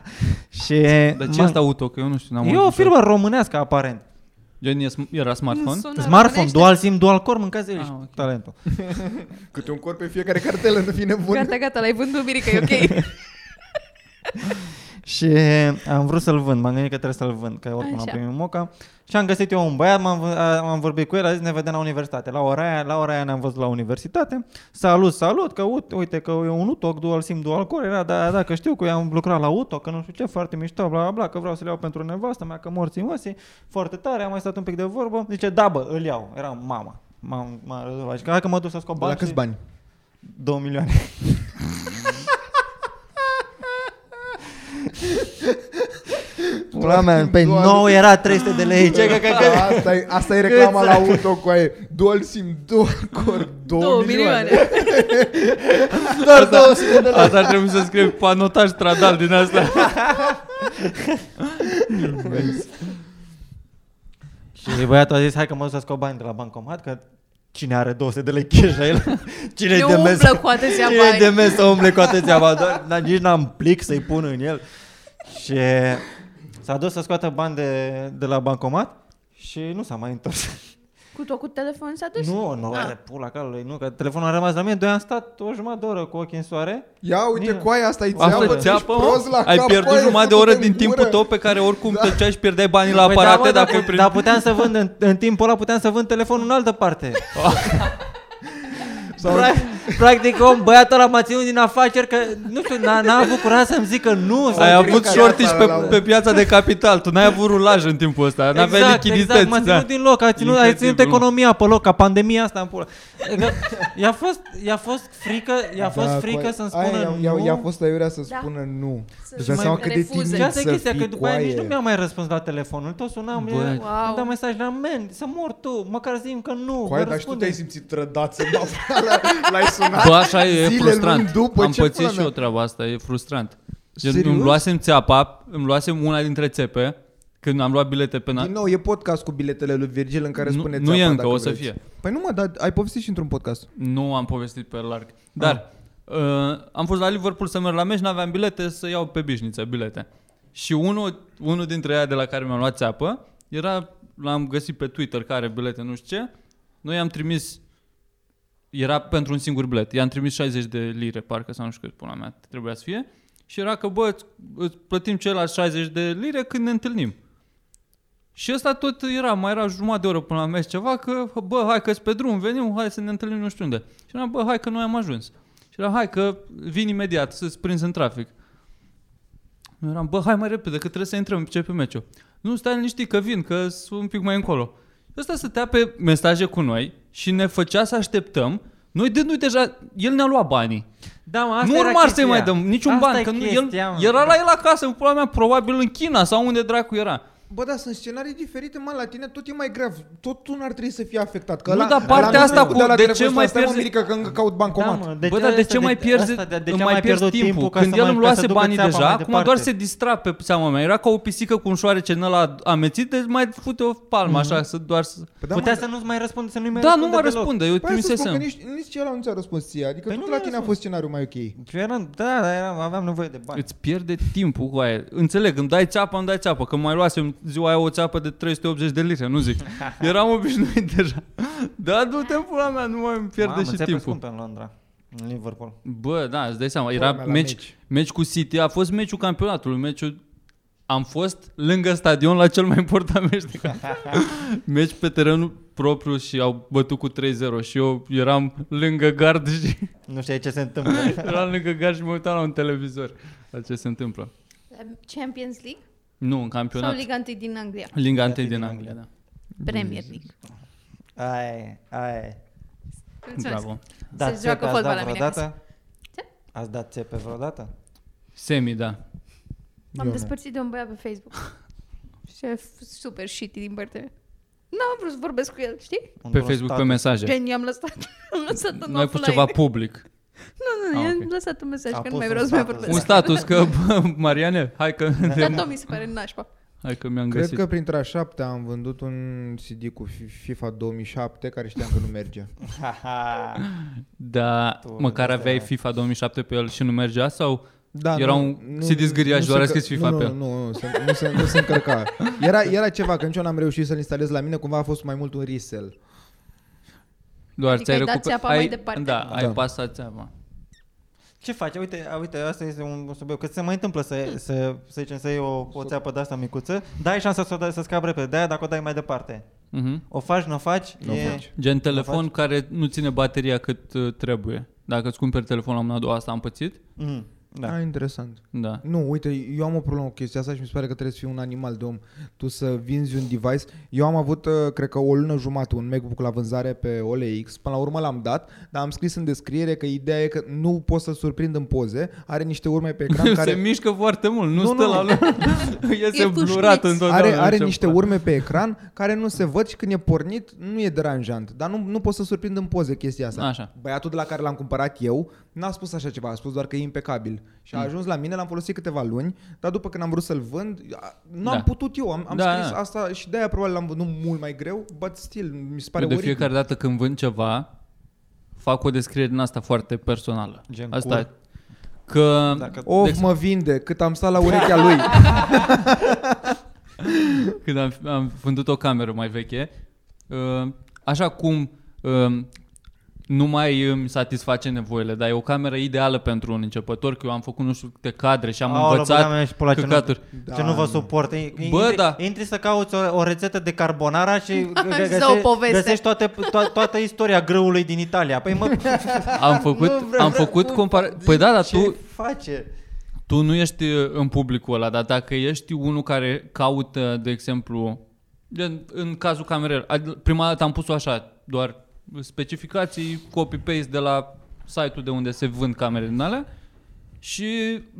B: și
E: Dar ce
B: m-am-
E: asta auto? Că eu nu știu, n-am
B: E o
E: auzit.
B: firmă românească, aparent.
E: Gen, e sm- era smartphone?
A: sună
B: Smartphone,
A: românește.
B: dual SIM, dual core, mâncați
E: Ah,
B: ah,
E: ok.
B: okay. talentul.
F: Câte un corp pe fiecare cartelă, nu fi nebun.
A: Gata, gata, l-ai vândut, Mirica, e ok.
B: Și eh, am vrut să-l vând, m-am gândit că trebuie să-l vând, că oricum am
A: Așa.
B: primit moca. Și am găsit eu un băiat, m-am, v- a- am vorbit cu el, a zis ne vedem la universitate. La ora aia, la ora aia ne-am văzut la universitate. Salut, salut, că ut- uite că e un UTOC, dual SIM, dual core, era, da, da, că știu că eu am lucrat la UTOC, că nu știu ce, foarte mișto, bla, bla, bla, că vreau să-l iau pentru nevastă mea, că morții măsii, foarte tare, am mai stat un pic de vorbă. Zice, da, bă, îl iau, era mama. M-am, m-am rezolvat. Și că hai că mă duc să scop
F: La
B: bani.
F: câți
B: și-
F: bani?
B: 2 milioane. Pula mea, pe
F: Doar-
B: 9 era 300 de lei. Ce că, că, că.
F: Asta e, asta e reclama la auto cu aia. Dual sim, dual core, 2
A: Două
F: milioane.
A: milioane.
B: Doar 200 de lei.
E: Asta ar trebui să scriu panotaj stradal din asta.
B: Și băiatul a zis, hai că mă duc să scot bani de la bancomat, că cine are 200 de lei cash la el? Cine
A: Nu
B: de mers?
A: umblă cu atâția
B: cine
A: bani.
B: de mers să umble cu atâția bani? Doar, dar nici n-am plic să-i pun în el. Și s-a dus să scoată bani de, de la bancomat și nu s-a mai întors.
A: Cu tot cu telefon s-a dus?
B: Nu, nu,
A: Ah.
B: are pula calului, nu, că telefonul a rămas la mine, doi am stat o jumătate de oră cu ochii în soare.
F: Ia uite,
B: Nina.
F: coaia asta-i
E: Asta
F: țeapă,
E: țeapă,
F: țeapă prost la
E: ai
F: cap,
E: pierdut
F: coaie,
E: jumătate de
F: făcută
E: oră
F: în
E: din timpul
F: gură.
E: tău pe care oricum da. tăceai și pierdeai banii la
B: Păi da,
E: aparate
B: mă,
E: dacă
B: dar,
E: îi
B: dar puteam să vând în, în timpul ăla, puteam să vând telefonul în altă parte. Sau... Pra- practic, om, băiatul ăla m-a ținut din afaceri că, nu știu, n-a, n-a avut curaj să-mi zică nu. sau
E: Ai
B: ceva.
E: avut
F: care
E: shortage
F: apare la
E: pe,
F: urmă.
E: pe piața de capital, tu n-ai avut rulaj în timpul ăsta, n-aveai lichidități.
B: Exact, m-a ținut
E: da.
B: din loc, a ținut, ai
E: Incredibil,
B: ținut
E: mă.
B: economia pe loc, ca pandemia asta în pula. Adică, I-a fost, i-a fost frică, i-a fost
F: Da,
B: frică
F: coaie.
B: să-mi
F: Aia
B: spună
F: i-a-
B: nu.
F: i-a- I-a fost aiurea să
A: Da.
F: spună nu.
A: Să-
F: Îți dai
B: Mai-
F: seama cât de
A: refuză.
F: timid
B: Și asta e
F: să
B: chestia, că
F: fii,
B: după aia nici
F: coaie.
B: nu mi-a mai răspuns la telefonul. Tot sunam,
E: Bă,
B: eu- îmi
A: Wow.
B: dau mesaj, la men, să mor tu, măcar zi că nu,
F: Coaie,
B: mă
F: dar și tu
B: răspunde.
F: te-ai simțit trădat să l-ai sunat.
E: Bă, așa e
F: Zile
E: frustrant.
F: luni după,
E: Am
F: ce
E: pățit
F: pula
E: și
F: mea?
E: eu treaba asta, e frustrant. Gen,
F: Serios?
E: îmi luasem țeapa, îmi luasem una dintre țepe, când am luat bilete pe na-
F: Din nou, e podcast cu biletele lui Virgil în care
E: Nu-
F: spune
E: nu
F: țeapa
E: e încă,
F: dacă
E: o să
F: vreți.
E: fie.
F: Păi nu mă, dar ai povestit și într-un podcast.
E: Nu am povestit pe larg. Dar uh, am fost la Liverpool să merg la meci, n-aveam bilete, să iau pe bișniță bilete. Și unul, unul dintre ei de la care mi-am luat țeapă, era, l-am găsit pe Twitter care bilete, nu știu ce. Noi i-am trimis, era pentru un singur bilet, i-am trimis 60 de lire, parcă sau nu știu cât până mea trebuia să fie. Și era că, bă, îți- îți plătim celălalt 60 de lire când ne întâlnim. Și ăsta tot era, mai era jumătate de oră până la mers ceva, că bă, hai că pe drum, venim, hai să ne întâlnim nu știu unde. Și eram, bă, hai că noi am ajuns. Și era, hai că vin imediat, să-ți prins în trafic. Eu eram, bă, hai mai repede, că trebuie să intrăm, ce pe meciul. Nu, stai liniștit că vin, că sunt un pic mai încolo. Și Ăsta stătea pe mesaje cu noi și ne făcea să așteptăm. Noi dându-i deja, el ne-a luat banii.
B: Da, mă, asta
E: nu
B: era
E: urma să-i
B: chestia.
E: mai dăm niciun
B: Asta
E: ban,
B: e
E: că nu, el,
B: chestia, mă.
E: era la el acasă, în pula mea, probabil în China sau unde dracu era.
F: Bă, da, sunt scenarii diferite, mă, la tine tot e mai grav. Tot tu n-ar trebui să fii afectat. Că
E: Nu,
F: ăla-
E: dar partea
F: ăla nu
E: asta
F: trecut
E: cu
F: de la
E: de
F: telefon,
E: ce
F: stai,
E: mai
F: stai, mă,
E: pierzi-
F: Mirica, că încă caut
B: Da,
F: bancomat. Păi
B: mă,
E: Deci Bă, dar de ce mai pierzi, asta, de,
B: ce
E: mai pierzi timpul? Când el îmi luase banii deja, acum doar se distra pe seama mea. Era ca o pisică cu un șoarece în ăla amețit, deci mai fute o palmă, mm-hmm. așa, să doar să...
F: Păi da,
B: Da,
F: mă,
B: Putea să nu-ți mai răspundă, să nu-i mai
E: Da,
B: răspundă
E: nu mă
B: deloc.
E: răspunde, eu
F: Păi să spun că
E: trimisesem.
F: nici, nici ăla nu ți-a răspuns ție, adică
B: Păi
F: tot
B: nu
F: la
B: mi-a
F: tine a
B: răspuns.
F: fost scenariul mai ok.
B: Eu eram, da, da, eram, aveam nevoie de bani.
E: Îți pierde timpul cu aia. Înțeleg, îmi dai țeapă, îmi dai țeapă. Că mai luasem ziua aia o țeapă de 380 de lire, nu zic. Eram obișnuit deja. Da, du-te în pula mea, nu mai îmi pierde
B: Mamă,
E: și
B: țeapă
E: timpul.
B: scumpă în Londra, în Liverpool.
E: Bă, da, îți dai seama,
F: Pula
E: era
F: mea, la
E: meci,
F: meci.
E: meci cu City, a fost meciul campionatului, meciul am fost lângă stadion la cel mai important meci de campionat. meci pe terenul propriu și au bătut cu 3-0 și eu eram lângă gard și
B: Nu știu ce se întâmplă.
E: eram lângă gard și mă uitam la un televizor la ce se întâmplă.
A: La Champions League
E: Nu, în
A: sau
E: campionat.
A: Liga 1 din Anglia?
E: Liga 1 din Anglia, da.
A: Premier League.
B: Aia e, aia e.
A: Mulțumesc.
E: Bravo.
A: Se
B: țepe
A: joacă
B: ați
A: fotbal
B: dat
A: la mine
B: vreodată?
A: Ce?
B: Ați dat țepe vreodată?
E: Semi, da.
A: M-am despărțit de un băiat pe Facebook. Și a fost super shitty din partea mea. N-am vrut să vorbesc cu el, știi?
E: Pe
B: Într-un
E: Facebook, pe
B: stat.
E: mesaje.
A: Gen, i-am lăsat, am lăsat în
E: Nu ai pus
A: offline.
E: ceva public.
A: Nu, nu,
E: Ah,
A: i-am
E: ok.
A: lăsat un mesaj
B: A
A: că nu
B: pus
A: mai
B: un
A: vreau să mai
B: status.
A: vorbesc.
E: Un status că, bă, Mariane, hai că,
A: Dar tot mi se pare nașpa.
E: hai că mi-am
F: Cred
E: găsit.
F: că printre a șapte am vândut un CD cu Fi- FIFA 2007 care știam că nu merge.
B: Ha, ha.
E: Da,
B: Tu,
E: măcar
B: de
E: aveai
B: astea-
E: FIFA 2007 pe el și nu mergea sau
F: Da,
E: Era un CD zgâriaș,
F: nu
E: doar
F: se
E: a
F: încă-
E: scris FIFA
F: nu,
E: pe
F: nu,
E: el.
F: Nu, nu, se- nu, se, nu se încărca. Era, era ceva, că nici eu n-am reușit să-l instalez la mine, cumva a fost mai mult un resell.
E: doar
A: Adică
E: ți-ai
A: ai dat
E: recuperat?
A: țeapa mai departe.
E: Da, da, ai
F: Da.
E: pasat țeapa.
B: Ce faci? Uite, a, uite, asta este un un subiect. Că se mai întâmplă să, să, să zicem, să iei o, o țeapă de asta micuță, dai șansa să, o dai- să scapi repede. De-aia dacă o dai mai departe.
E: Mhm.
B: O faci, nu o faci?
F: Nu o faci.
E: Gen
B: faci?
E: telefon care nu ține bateria cât uh, trebuie. Dacă îți cumperi telefon la mâna a doua, asta am pățit?
B: Mm,
F: Da.
B: da.
F: Ah, interesant.
E: Da.
F: Nu, uite, eu am o problemă cu chestia asta și mi se pare că trebuie să fii un animal de om. Tu să vinzi un device. Eu am avut, uh, cred că o lună jumătate, un MacBook la vânzare pe OLX. Până la urmă l-am dat, dar am scris în descriere că ideea e că nu pot să-l surprind în poze. Are niște urme pe ecran
E: Se
F: care...
E: mișcă foarte mult, nu,
F: Nu,
E: stă
F: nu.
E: la loc. Iese
A: E
E: blurat
A: pușcuit.
E: întotdeauna.
F: Are, are
E: ce
F: niște
E: fac.
F: urme pe ecran care nu se văd și când e pornit nu e deranjant. Dar nu, nu pot să surprind în poze chestia asta.
E: Așa.
F: Băiatul de la care l-am cumpărat eu n-a spus așa ceva, a spus doar că e impecabil. Și a
E: Mm.
F: ajuns la mine, l-am folosit câteva luni, dar după când am vrut să-l vând, a- n-am
E: Da.
F: da. putut eu, am, am
E: Da,
F: da, scris
E: da.
F: asta și de-aia probabil l-am vândut mult mai greu, but still, mi se pare
E: Eu de
F: oribil.
E: fiecare dată când vând ceva, fac o descriere din asta foarte personală.
B: Gen
E: asta
B: cur.
E: Că
B: Dacă-
F: Of,
E: Deci-
F: mă vinde, cât am stat la urechea lui.
E: când am, am vândut o cameră mai veche, uh, așa cum um, nu mai îmi satisface nevoile, dar e o cameră ideală pentru un începător, că eu am făcut nu știu câte cadre și am
B: Aoleu,
E: învățat
B: băga mea, și pula, ce nu-
E: căcaturi.
B: Da, ce nu vă suport. E-
E: Bă,
B: intri,
E: da.
B: intri să cauți o, o rețetă de carbonara și
A: Îți dă o poveste.
B: găsești toate, to- toată istoria grâului din Italia. Păi mă,
E: Am făcut,
B: Nu vreau
E: am
B: să
E: făcut
B: spun
E: compara- Păi da, dar
B: ce
E: tu,
B: face?
E: tu nu ești uh, în publicul ăla, dar dacă ești unul care caută, de exemplu, gen, în cazul camerelor, ad- prima dată am pus-o așa, doar specificații, copy-paste de la site-ul de unde se vând camere din alea și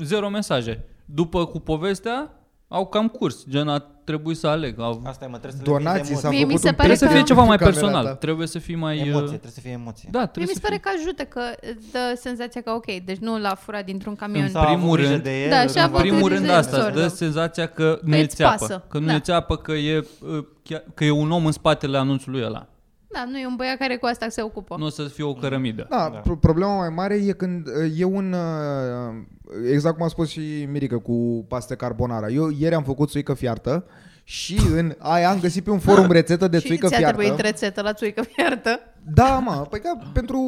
E: zero mesaje. După cu povestea, au cam curs, gen a trebuit să aleg. Au...
B: Asta e, mă, trebuie să
F: Donații
B: le
F: s-a
B: vindem
A: Mie
F: făcut
A: mi se
F: un
A: pare
E: Trebuie
F: preț
E: să
A: că-
E: fie
A: pentru
E: ceva mai
F: pentru camera
E: personal.
F: ta.
E: Trebuie să fii
B: emoție.
E: mai... uh,
B: Emoție, trebuie să fie emoție.
E: Da,
A: Mie
E: trebuie
A: mi
E: să
A: se pare
E: fii.
A: că ajută, că îți dă senzația că ok, deci nu l-a furat dintr-un camion.
B: S-a avut
E: primul
B: grijă
E: rând-
B: de el,
A: Da, și a
E: În
B: cumva.
A: avut
E: primul
A: grijă
E: rând
A: de
E: asta, îți
A: absurdă.
E: dă senzația că nu e
A: îți
E: țeapă.
A: pasă,
E: Că nu
A: da.
E: e țeapă, că e, uh, chiar- că e un om în spatele anunțului ăla.
A: Da, nu e un băiat care cu asta se ocupă.
E: Nu o să fie o cărămidă.
F: Da,
B: Da.
F: pro- problema mai mare e când uh, e un... uh, Exact cum a spus și Mirica cu paste carbonara. Eu ieri am făcut țuică fiartă și în aia am găsit pe un forum rețetă de
A: și
F: țuică
A: ți-a trebuit
F: fiartă.
A: rețetă la țuică fiartă.
F: Da, mă, păi ca pentru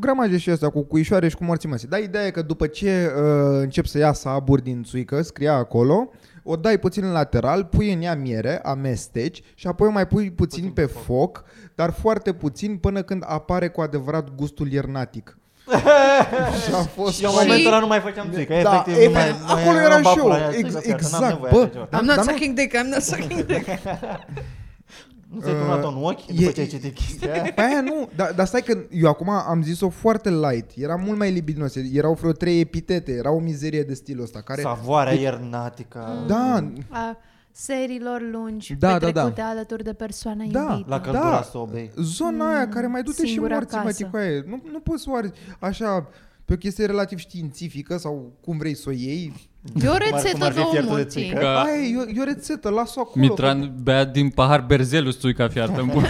F: gramaje și astea, cu cuișoare și cu morții măsii. Dar ideea e că după ce uh, încep să iasă aburi din țuică, scria acolo, o dai puțin în lateral, pui în ea miere, amesteci și apoi mai pui puțin, puțin pe foc. foc, dar foarte puțin până când apare cu adevărat gustul iernatic. și a fost
B: Și eu în
A: Și-
B: momentul ăla nu mai făceam țică, efectiv. nu mai, nu mai
F: da, acolo era
B: eram
F: și eu.
B: bapul aia,
F: Ex-
B: țică, că n-am
F: exact,
B: nevoie
F: bă.
B: așa
A: Da,
B: ceva.
F: Dar- dar nu-
A: dick, I'm not sucking dick.
B: Nu ți-ai turnat în ochi
F: e-
B: după ce ai citit
E: Da.
B: chestia aia?
F: Pe aia nu, dar, dar stai că eu acum am zis-o foarte light, era mult mai libidinos, erau vreo trei epitete, era o mizerie de stilul ăsta. Care,
B: Savoarea iernatică.
F: da,
A: A serilor lungi,
F: Da, da, da.
A: petrecute alături de persoane
F: Da.
A: iubite.
B: La căldura
F: Da.
B: sobei.
F: zona aia care mai du-te și
A: singura
F: morții, mă,
A: casă.
F: ticoaie. Nu, nu poți să o arzi așa pe o chestie relativ științifică sau cum vrei să o iei.
A: E o
B: cum
A: rețetă
B: ar fi
A: de
B: fiertul de
A: omuții.
B: țică.
E: Că
F: Aia e, o- e o rețetă, las-o acolo.
E: Mitran bea din pahar berzelu țuica fiartă în bun.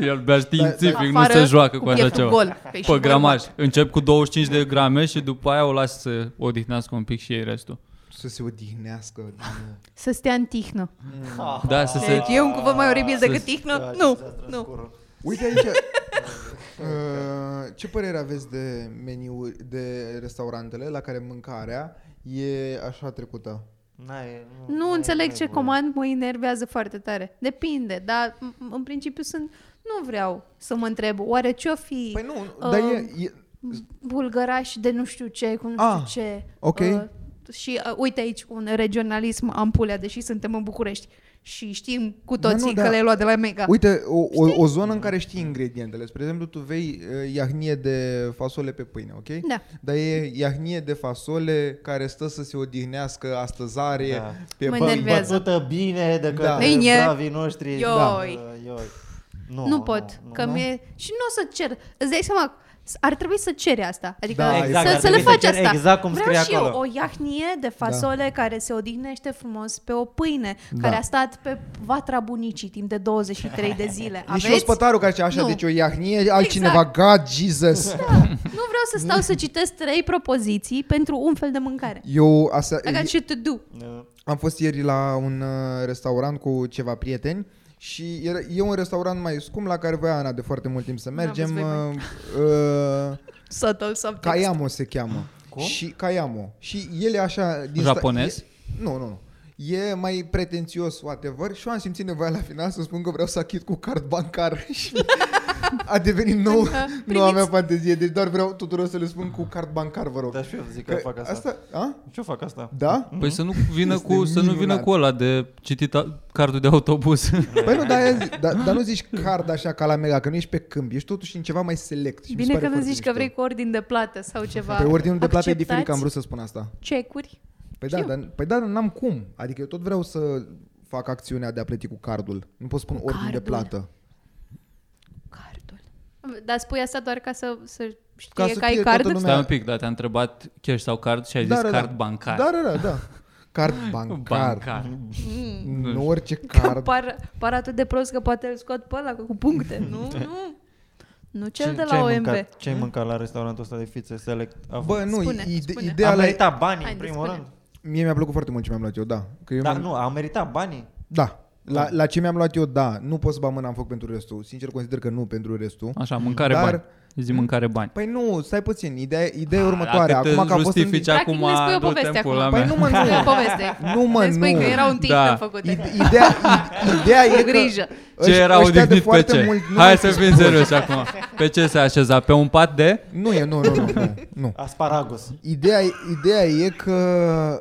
E: El bea
F: Da,
E: științific, nu
A: Afară
E: se joacă cu
A: cu
E: așa
A: pieptul
E: ceva.
A: gol. Păi și
E: Pe
A: gol,
E: gramaj.
A: mă.
E: Încep cu 25 de grame și după aia o las să odihnească un pic și ei restul.
F: Să se odihnească. odihnească.
A: Să stea în tihnă.
B: Mm. Ah,
E: Da, să se...
A: Deci e un cuvânt mai oribil decât
E: Să-
A: tihnă? Nu, nu.
F: Uite aici. uh, ce părere aveți de meniuri, de restaurantele la care mâncarea e așa trecută?
B: N-ai-
A: Nu
B: n-ai
A: înțeleg ce
B: nevoie.
A: comand, mă enervează foarte tare. Depinde, dar m- m- în principiu sunt... Nu vreau să mă întreb, oare ce-o fi
F: Păi nu, dar e, e
A: bulgărași de nu știu ce, cu nu știu
F: Ah,
A: ce.
F: ok.
A: Uh, și uh, uite aici un regionalism ampulea, deși suntem în București și știm cu
F: Da,
A: toții
F: nu,
A: că
F: da.
A: le-ai luat de la Mega.
F: Uite, o, o, o zonă în care știi ingredientele. Spre exemplu, tu vei uh, iahnie de fasole pe pâine, ok?
A: Da.
F: Dar e iahnie de fasole care stă să se odihnească astăzare
B: Da.
F: da. pe
A: Mă
F: banc.
A: enervează.
B: Bătută bine de
F: Da.
B: către
A: Bine.
B: bravii noștri.
A: Ioi.
B: Da, ioi.
A: nu, pot, că
F: nu.
A: mi-e... Și nu o să cer. Îți dai seama, ar trebui să ceri asta. Adică
F: Da, exact,
A: să,
B: ar
A: să le
B: trebui să
A: faci
B: ceri
A: asta.
B: exact cum
A: Vreau
B: scrie
A: și eu
B: acolo.
A: o iahnie de fasole care se odihnește frumos pe o pâine
F: Da.
A: care a stat pe vatra bunicii timp de 23 de zile.
F: E
A: Aveți?
F: și ospătarul care zice așa,
A: Nu. Exact.
F: nu. deci o iahnie, altcineva, God, Jesus.
A: Da. Nu vreau să stau să citesc trei propoziții pentru un fel de mâncare.
F: Eu asta,
A: I got shit to do.
F: am fost ieri la un uh, restaurant cu ceva prieteni și era, e un restaurant mai scump la care voia Ana de foarte mult timp să mergem.
A: aveți voi,
F: uh, uh,
A: Subtle subtext.
F: Kayamo se cheamă. Cum? Și Kayamo. Și el e așa... Din
E: Japonez?
F: Sta- e, nu, nu, nu. E mai pretențios, whatever, și eu am simțit nevoia la final să spun că vreau să achit cu card bancar și a devenit nou,
A: Primiți-
F: noua mea fantezie. Deci doar vreau tuturor să le spun cu card bancar, vă rog.
B: Dar și eu zic Da, că fac asta.
F: Păi, asta a?
B: Ce fac asta?
F: Da?
E: Păi să nu vină
F: Este
E: cu, să nu vină
F: minunat.
E: cu ăla de citit a- cardul de autobuz.
F: Păi nu, dar, aia zi- dar, dar nu zici card așa ca la mega, că nu ești pe câmp, ești totuși în ceva mai select. Și mi se
A: Bine
F: pare
A: că nu
F: foarte
A: zici că
F: mișto.
A: vrei cu ordin de plată sau ceva.
F: Pe ordinul de plată e
A: Acceptați
F: diferit, că am vrut să spun asta.
A: Cecuri.
F: Păi da,
A: Știu.
F: dar, păi da, dar n-am cum. Adică eu tot vreau să fac acțiunea de a plăti cu cardul. Nu pot spune ordin de
A: cardul.
F: plată.
A: Cardul. Dar spui asta doar ca să, să știe
F: Ca
A: ca
F: să
A: că ai
F: fie
A: card?
F: toată lumea-
E: Stai un pic, da, te-a întrebat cash sau card și ai zis
F: da,
E: card
F: da.
E: bancar.
F: Da, da, da, da. Card bancar.
E: Bancar.
F: Nu orice
A: Că
F: card.
A: Mm, par, par atât de prost că poate îl scot pe ăla cu puncte. Nu, nu. Nu cel
B: Ce-
A: de
B: ce-ai
A: la OMB.
B: mâncat- Ce ai mâncat la restaurantul ăsta de fițe select? A
F: Bă, nu,
A: Spune,
F: spune, ide-
A: spune.
F: ideea
B: am
F: la...
B: meritat banii, în
A: Haide,
B: primul
A: spune.
B: rând.
F: Mie mi-a plăcut foarte mult ce mi-am luat eu, da. Că eu
B: Dar
F: mi-am-
B: nu, am meritat banii.
F: Da. La, la ce mi-am luat eu, da, nu pot să bag mâna în foc pentru restul. Sincer, consider că nu pentru restul.
E: Așa, mâncare
F: Dar-
E: bani. Zi mâncare bani.
F: Păi nu, stai puțin, ideea, ideea e
E: Ah,
F: următoarea.
E: Dacă
F: Acum
E: te
F: că a fost în...
E: justifici
A: Practic
E: acum,
A: ne spui o
E: du-te
A: poveste
E: în
A: acum.
E: pula
A: Păi
E: mea.
F: nu mă, nu.
A: Spune o poveste.
F: Nu, mă,
A: Ne spui
F: nu.
A: că erau un
E: Da.
A: da. făcute.
F: Ide- Ideea, ideea e
A: Cu
F: că
A: grijă.
E: Ce
F: ăștia-
E: era
F: ăștia de
E: odihnit pe
F: foarte
E: ce?
F: mult nu
E: Hai
F: mai
E: să
F: se
E: fim
F: spun.
E: serios acum. Pe ce se așeza? Pe un pat de?
F: Nu e, nu, nu, nu, nu, nu.
B: Asparagos.
F: Ideea, ideea e că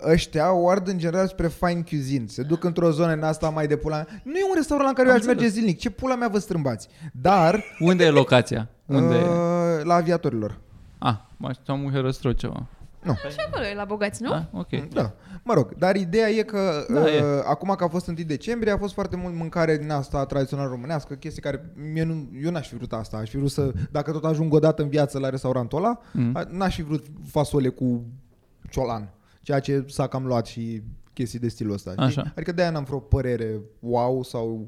F: ăștia o ard în general spre fine cuisine. Se duc într-o zonă în asta mai de pula mea. Nu e un restaurant la care eu aș merge zilnic. Ce pula mea vă strâmbați? Dar
E: Unde e locația? Unde e?
F: uh, la aviatorilor.
E: Ah, mă așteptam un herăstrău ceva.
A: Și acolo e la bogați, nu?
E: Da? Ok.
F: Da. Mă rog, dar ideea e că
E: Da,
F: uh,
E: e.
F: acum că a fost 1 decembrie, a fost foarte mult mâncare din asta tradițională românească, chestii care mie nu, eu n-aș fi vrut asta. Aș fi vrut să, dacă tot ajung o dată în viață la restaurantul ăla,
E: Mm.
F: a- n-aș fi vrut fasole cu ciolan, ceea ce s-a cam luat și chestii de stilul ăsta. știi?
E: Așa.
F: Adică de-aia n-am vreo părere wow sau...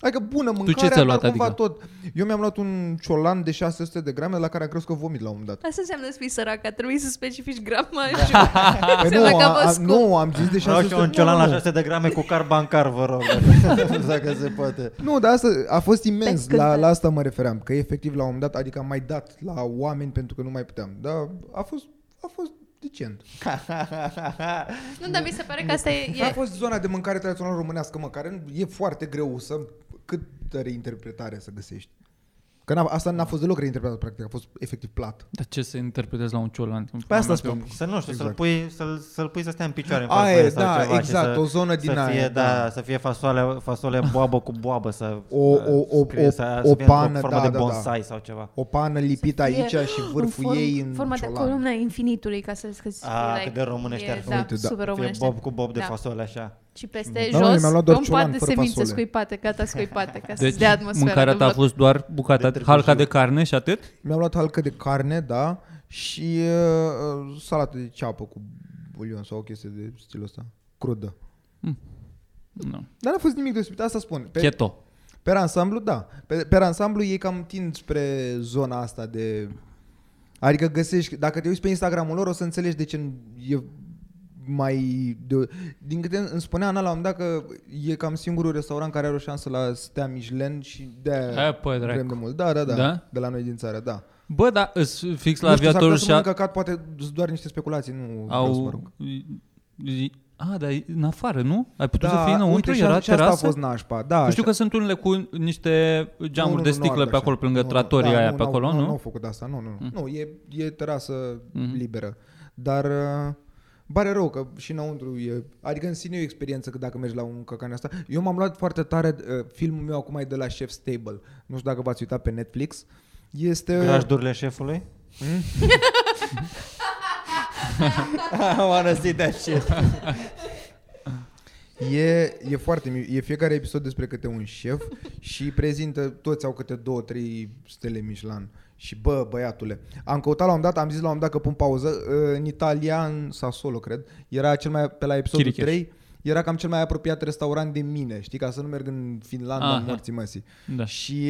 F: Adică bună mâncarea,
E: ce ți-ai
F: dar
E: luat,
F: cumva
E: adică?
F: tot. Eu mi-am luat un ciolan de 600 de grame la care a crezut că vomit la un moment dat.
A: Asta înseamnă să fii săracă, trebuie să specifici gramajul. Înseamnă că
F: Păi nu,
A: a
F: a-
A: fost
F: a-
A: scump.
F: nu, am zis de
B: Vreau
F: 600
B: și eu un
F: nu,
B: ciolan
F: nu,
B: la
F: nu.
B: 600 de grame cu car bancar, vă rog, dacă, dacă se poate.
F: Nu, dar asta a fost imens,
A: Pe
F: la,
A: când-
F: la asta mă refeream, că efectiv la un moment dat, adică am mai dat la oameni pentru că nu mai puteam, dar a fost, a fost decent.
A: Nu, dar mi se pare că asta e...
F: A
A: e
F: fost zona de mâncare tradițională românească, mă, care nu- e foarte greu să, cât de reinterpretare să găsești. Că n-a, asta n-a fost deloc reinterpretat, practic, a fost efectiv plat.
E: Dar ce să interpretezi la un ciolan?
B: Pe
F: Păi
B: asta
E: Pe un-
B: spun. Să nu știu, exact. să-l,
F: Exact.
B: pui, să-l, să-l pui să stea în picioare în
F: Aia
B: fața
F: e,
B: lui sau
F: da,
B: ceva, și
F: exact,
B: să,
F: o zonă din
B: să
F: aia,
B: fie,
F: da.
B: Să fie fasole, fasole boabă cu boabă, să
F: O- o- o-
B: scrie,
F: o-
B: să, să
F: o
B: fie într-o
F: pană,
B: formă
F: da,
B: de
F: da, da.
B: bonsai sau ceva.
F: O pană lipită
A: Să fie
F: aici și vârful
A: în form-
F: ei în
A: forma de
F: ciolan.
A: columna infinitului, ca să scriți
B: A, cât de românești ar fi.
A: Da,
F: Uite, da.
A: super
B: Fie
A: românește.
B: bob cu bob de
A: Da.
B: fasole așa.
A: Și peste
F: Da, mă,
A: jos,
F: mi-am luat
A: pe
F: doar
A: un
F: ciolan
A: pat de
F: fără
A: semințe
F: fasole.
A: scuipate, gata scuipate, ca să-ți
E: Deci,
A: dea atmosfera.
E: mâncarea
A: de
E: ta a
A: bloc.
E: fost doar bucata,
B: De
E: halca de
B: Târgu
E: carne și atât?
F: Mi-am luat halcă de carne, da, și uh, salată de ceapă cu bulion sau o chestie de stilul ăsta, crudă.
E: Nu.
F: Dar n-a fost nimic deosebit, asta spun. Pe,
E: Keto.
F: pe ansamblu, da. Pe, pe ansamblu ei cam tind spre zona asta de... Adică găsești, dacă te uiți pe Instagramul lor, o să înțelegi de ce e mai... De, din câte îmi spunea Ana la un moment dat că e cam singurul restaurant care are o șansă la Stea Michelin și
E: Hai,
F: de-aia
E: pă, dracu.
F: vrem de mult. Da, da, da,
E: Da?
F: da, de la noi din țară, da.
E: Bă, da, îs fix la
F: nu știu,
E: aviatorul
F: și
E: și a-
F: căcat, poate sunt doar niște speculații, nu vreau să mă rog.
E: au... i- A, dar e în afară, nu? Ai putut să fii înăuntru?
F: Da, și,
E: Era
F: și asta a
E: terasă?
F: fost nașpa, da.
E: Că știu
F: și-
E: că sunt unele cu niște
F: Nu,
E: geamuri
F: nu,
E: de
F: nu, nu
E: sticlă
F: arde
E: pe acolo,
F: așa.
E: pe lângă
F: Nu, nu,
E: tratorii
F: da,
E: aia
F: nu,
E: pe
F: n-au-
E: acolo,
F: Nu, au
E: nu?
F: făcut asta, nu, nu, nu.
E: Mm.
F: Nu, e, e terasă
E: Mhm.
F: liberă. Dar uh, pare rău că și înăuntru e... Adică în sine e o experiență că dacă mergi la un căcan asta... Eu m-am luat foarte tare... Uh, filmul meu acum e de la Chef's Table. Nu știu dacă v-ați uitat pe Netflix. Este... Hmm?
B: Grajdurile șefului? I wanna see that shit.
F: E, e foarte miu. E fiecare episod despre câte un șef și prezintă, toți au câte două, trei stele Michelin. Și bă, băiatule, am căutat la un moment dat, am zis la un moment dat că pun pauză, ă, în Italia, în Sasolo, cred, era cel mai, pe la episodul
E: Chiricheș.
F: 3, era cam cel mai apropiat restaurant de mine, știi, ca să nu merg în Finlanda
E: Aha.
F: Aha. morții măsii.
E: Da.
F: Și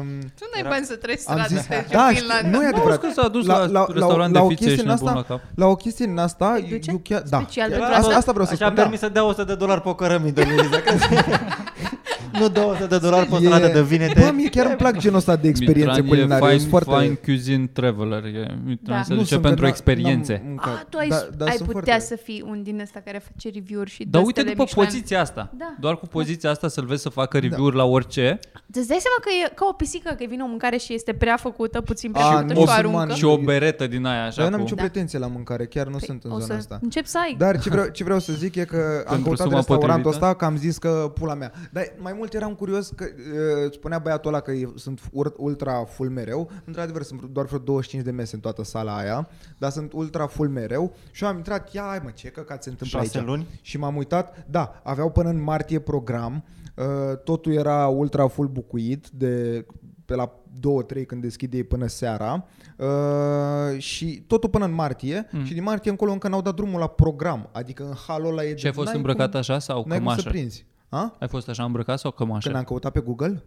F: um,
A: Tu n-ai bani să treci
F: am
A: strada
F: zis,
A: să te
F: da,
A: în
F: știi,
A: Finlanda.
F: nu e
E: Auzi
F: adevărat.
E: că s-a dus la, la, restaurant de fițe și
F: din
E: nebun la
F: asta-
E: cap.
F: la o chestie din asta,
A: Te duce?
F: eu chiar, da,
A: Special
F: chiar,
A: pentru
F: asta,
A: asta?
F: asta vreau să
B: Așa
F: spun,
B: am
F: da.
B: permis să dea 100 de dolari pe o cărămidă, Luiza. că- nu 200 de dolari pe o salată de
F: Bă,
B: vinete.
F: mie chiar îmi plac genul ăsta de experiențe
E: Mitran
F: culinare.
E: E
F: sunt
E: fine,
F: foarte...
E: fine cuisine traveler. E, Mitran
A: Da.
E: se
F: Nu,
E: duce
F: sunt
E: pentru
F: că n-am- n-am
E: experiențe.
F: mâncat.
A: Ah, tu ai,
F: Da- da,
A: ai
F: sunt
A: putea
F: foarte-
A: să fii un din ăsta care face review-uri și
E: Dar
A: dă
E: uite
A: stele
E: după
A: Michelin.
E: poziția asta.
A: Da.
E: Doar cu poziția asta să-l vezi să
F: Da.
E: facă review-uri la orice.
A: Îți dai seama că e ca o pisică, că vine o mâncare și este prea făcută, puțin prea
F: A,
A: făcută
F: nu,
A: și o
F: sunt
A: aruncă.
F: man-
E: Și o beretă din aia
F: Dar eu
E: așa
F: n-am
E: cu...
F: nicio
A: Da.
F: pretenție la mâncare, chiar nu sunt în
A: Păi, o să
F: zona asta.
A: încep să
B: Da.
A: ai.
F: Dar ce vreau, ce vreau să zic e că am
E: Pentru
F: căutat
E: suma
F: restaurantul
E: potrivită?
F: ăsta, că am zis că pula mea. Dar mai mult eram curios că uh, spunea băiatul ăla că e- sunt ur- ultra full mereu. Într-adevăr, sunt doar vreo 25 de mese în toată sala aia, dar sunt ultra full mereu. Și eu am intrat, ia hai mă, ce că se întâmplă
B: Șase
F: aici.
B: luni?
F: Și m-am uitat, da, aveau până în martie program, uh, totul era ultra full bucuit de pe la 2-3 când deschid ei până seara uh, și totul până în martie mm. și din martie încolo încă n-au dat drumul la program, adică în halul ăla e
E: Și ai
F: de-
E: fost
F: n-ai
E: îmbrăcat
F: cum,
E: așa sau
F: N-ai cum să
E: cămașă?
F: prinzi. A?
E: Ai fost așa îmbrăcat sau cămașă?
F: Când am căutat pe Google?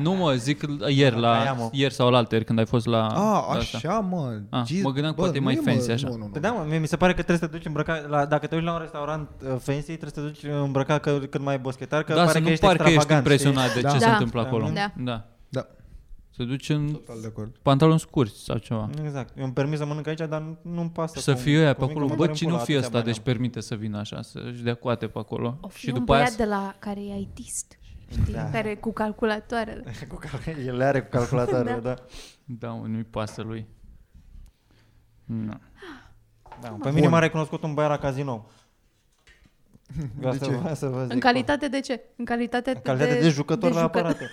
E: Nu mă, zic
B: Da,
E: ieri, la,
B: Caiamo.
E: ieri sau la altă ieri când ai fost
B: Ah,
E: la...
F: A,
E: la asta.
F: Ah, așa, mă.
E: A,
F: Jeez,
E: da, Ah, mă gândeam că
F: bă,
E: poate e
F: nu
E: mai
F: mă-
E: fancy așa.
F: Nu, nu, nu.
B: Păi da, mă, mie mi se pare că trebuie să te duci îmbrăcat, la, dacă te duci la un restaurant uh, fancy, trebuie să te duci îmbrăcat că, cât mai boschetar, că
E: da,
B: pare
E: să
B: că
E: nu
B: ești
E: pari că ești
B: extravagant, știi?
E: impresionat de ce
F: Da.
E: se
A: Da.
E: întâmplă acolo.
A: Da.
E: da.
F: Da,
E: Să duci în
F: total de acord.
E: pantaloni scurți sau ceva.
B: Exact. Eu îmi permis să mănânc aici, dar nu- nu-mi pasă.
E: Și să
B: cum-
E: fie ăia pe
B: cum vin,
E: acolo.
B: că
E: Bă,
B: mă
E: cine o
B: pun la
E: fi
B: atâtea
E: ăsta?
B: bani
E: Deci
B: am.
E: permite să vină așa, să-și dea coate pe acolo.
A: O fi
E: Și
A: un
E: după aia...
A: băiat de la care e itist, știi, da. care cu calculatoarele.
B: Cu cal-
E: Deci,
B: El le are cu calculatoarele, da.
E: Da, mă, nu-i pasă lui. Na.
B: da. Pe mine m-a recunoscut un băiat la casino. Vreau să, vreau să vă zic.
A: În calitate de ce? În calitate,
B: În calitate de, de jucător la aparate.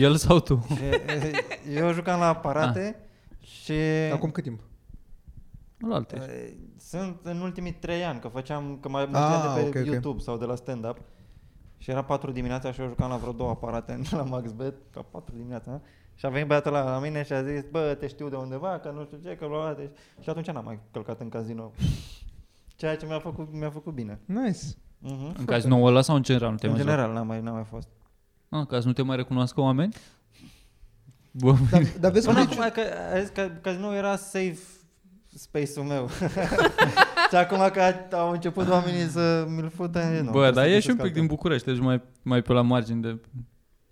E: El sau tu?
B: Și, eh, Eu jucam la aparate și...
F: Ah. Acum cât timp?
E: La alte.
B: Da, E, Sunt în ultimii trei ani, că făceam, că mai
F: Ah,
B: ah, de pe
F: ok,
B: okay,
F: ok.
B: YouTube okay. sau de la stand-up. Și era 4 dimineața și eu jucam la vreo două aparate în- la MaxBet, la 4 dimineața. na? Și a venit băiatul la, la mine și a zis, bă, te știu de undeva, că nu știu ce, că bla, bla, bla. Și atunci n-am mai călcat în casino. Ceea ce mi-a făcut, mi-a făcut bine.
F: Nice.
B: Uh-huh.
E: În caz nou ăla sau în general nu te
B: În
E: mai joci?
B: general n-am mai, n-am mai fost.
E: Ah, În caz nu te mai recunoască oameni? Bă,
F: Dar, dar vezi cum
B: Până
F: deci,
B: acum, că, a zis că casinoul era safe space-ul meu. și acum că au început oamenii să mi-l fută, nu.
E: bă
B: să
E: dar
B: găsesc
E: ieși un pic
B: altă.
E: din București, deci mai, mai pe la margini de...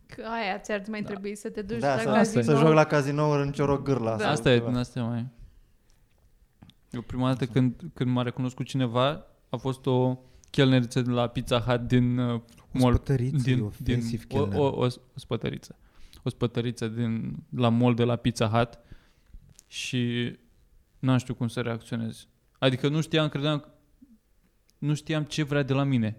A: Că aia ți-ar mai trebui să te duci
B: da,
A: la
B: să,
A: casino.
B: să joc la cazinouri în cioroc gârla.
E: Da,
B: sau
E: asta e,
B: ceva.
E: din asta e mai... Eu prima dată când, când m-a recunoscut cineva, a fost o chelneriță de la Pizza Hut din uh, mall.
F: spătăriță, e ofensiv
E: o,
F: chelner.
E: o, o, o spătăriță. O spătăriță din, la mall de la Pizza Hut și nu știu cum să reacționez. Adică nu știam, credeam, nu știam ce vrea de la mine.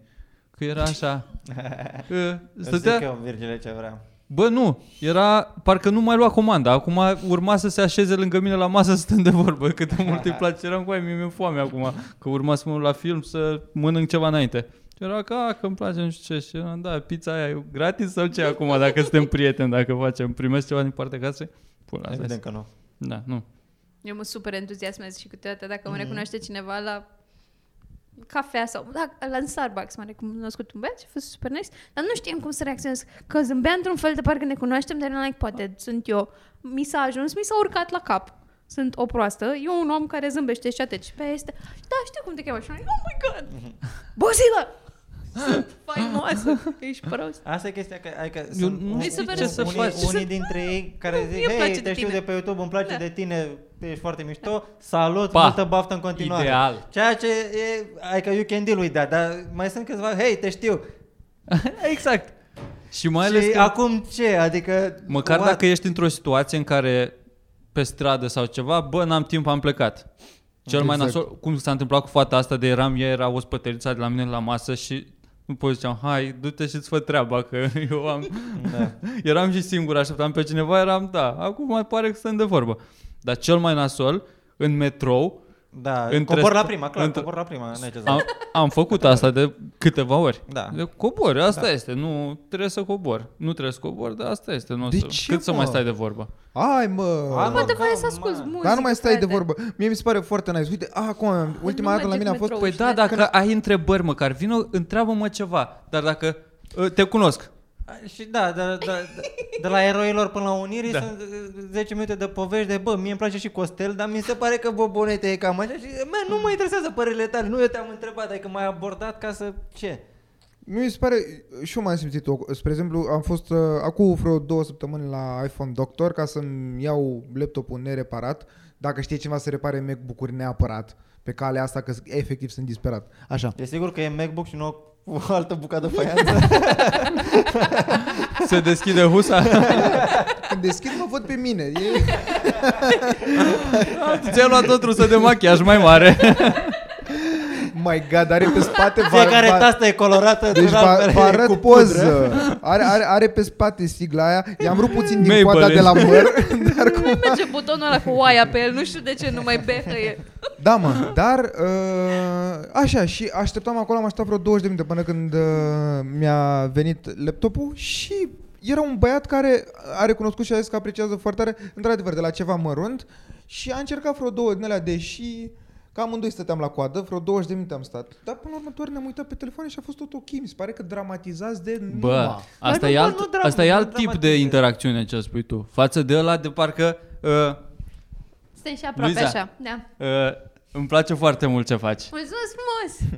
E: Că era așa... uh,
B: Îți
E: stătea,
B: Zic eu, Virgile, ce vreau.
E: Bă, nu, era, parcă nu mai lua comanda, acum urma să se așeze lângă mine la masă să stăm de vorbă, cât de mult îi place, eram cu aia, mi-e foame acum, că urma să mă duc la film să mănânc ceva înainte. Și era că, a, că îmi place nu știu ce, și eram, da, pizza aia e gratis sau ce acum, dacă suntem prieteni, dacă facem, primesc ceva din partea casei? Pula, asta
B: Evident
E: e.
B: că nu.
E: Da, nu.
A: Eu mă super entuziasmez și câteodată dacă mă
F: Mhm.
A: recunoaște cineva la cafea sau da, la în Starbucks m-a recunoscut un băiat și a fost super nice, dar nu știam cum să reacționez, că zâmbea într-un fel de parcă ne cunoaștem, dar eram like,
F: Ah.
A: poate sunt eu. Mi s-a ajuns, mi s-a urcat la cap. Sunt o proastă, e un om care zâmbește și atât. Și pe aia este, da, știu cum te cheamă. Și am zis, oh my god,
F: Mhm.
A: Bozila! Sunt faimoasă, ești prost.
B: Asta e chestia că, adică
E: Eu
B: sunt
E: nu
B: un-
E: știu
B: unii-
E: ce să
B: unii,
E: faci.
B: Unii dintre ei care
A: Mie
B: zic,
A: îmi place
B: hei,
A: de
B: te știu
A: tine."
B: de pe YouTube, îmi place
A: Da.
B: de tine, ești foarte mișto, salut,
E: Pa.
B: multă baftă în continuare.
E: Ideal.
B: Ceea ce e, adică you can deal with that, dar mai sunt câțiva, hei, te știu.
E: exact. Și mai ales
B: Și
E: că...
B: acum ce? Adică...
E: Măcar
B: what?
E: dacă ești într-o situație în care pe stradă sau ceva, bă, n-am timp, am plecat. Cel mai
F: Exact.
E: nasol, cum s-a întâmplat cu fata asta de eram, ea era o spătăriță de la mine la masă și nu pot ziceam, hai, du-te și-ți fă treaba, că eu am...
B: Da.
E: eram și singur, așteptam pe cineva, eram, da, acum mai pare că stăm de vorbă. Dar cel mai nasol, în metrou,
B: Da,
E: Între-
B: cobor la prima, clar,
E: între-
B: cobor la prima, n-ai ce să
E: am, am făcut asta de câteva ori.
B: Da.
E: De cobor, asta da. este, nu trebuie să cobor. Nu trebuie să cobor, dar asta este. Nu o
F: De
E: să,
F: ce,
E: cât să mai
F: mă?
E: stai de vorbă?
F: Hai, mă.
B: Hai, mă.
A: Poate vrei să
B: Come
A: asculti
B: on.
A: muzică.
F: Dar nu mai stai de
A: frate.
F: vorbă. Mie mi se pare foarte nice. Uite, a, acum, ultima
A: mai
F: dată la
A: merg
F: mine a fost...
A: metrou.
E: Păi da, dacă ai întrebări măcar, vină, întreabă-mă ceva. Dar dacă uh, te cunosc,
B: Și da, da, da, da, de la eroilor până la unirii
E: Da.
B: da. sunt uh, 10 minute de povești de, bă, mie îmi place și Costel, dar mi se pare că Bobonete e cam așa și, mă, nu mă interesează părerile tale, nu eu te-am întrebat, adică m-ai abordat ca să, ce?
F: Mi se pare, și eu m-am simțit, o- spre exemplu, am fost uh, acum vreo două săptămâni la iPhone Doctor ca să-mi iau laptopul nereparat, dacă știe cineva să repare MacBook-uri neapărat pe calea asta, că efectiv sunt disperat. Așa.
B: E sigur că e MacBook și nu o altă bucată de faianță.
E: se deschide husa,
F: Când deschid, mă văd pe mine. E...
E: ți-ai luat tot trusă de machiaj mai mare.
F: My God, are pe spate... va-
B: Fiecare
F: va-
B: tastă e colorată,
F: Deci vă,
B: altfel
F: vă
B: e
F: arăt
B: cu
F: cu
B: pudră.
F: poză. Are, are, are pe spate sigla aia. I-am rupt puțin din
E: Maybelline.
F: coada de la măr. Dar
A: Nu
F: cum...
A: merge butonul ăla cu oaia pe el, nu știu de ce, nu mai behă e.
F: Da, mă. Dar uh, așa, și așteptam acolo, am așteptat vreo 20 de minute până când uh, mi-a venit laptopul și era un băiat care a recunoscut și a zis că apreciază foarte tare, într-adevăr, de la ceva mărunt și a încercat vreo două din alea, deși Că amândoi stăteam la coadă, vreo 20 de minute am stat. Dar până la următoare ne-am uitat pe telefon și a fost tot ok. Mi se pare că dramatizați de
E: Bă,
F: numai.
E: asta
B: nu,
E: e
B: bă,
E: alt,
B: nu dram-
E: asta e
B: nu
E: alt tip de
B: dramatizez.
E: interacțiune ce spui tu. Față de ăla de parcă... Uh,
A: Suntem și aproape
E: Luiza.
A: așa. Da.
E: uh, îmi place foarte mult ce faci.
A: Mulțumesc frumos!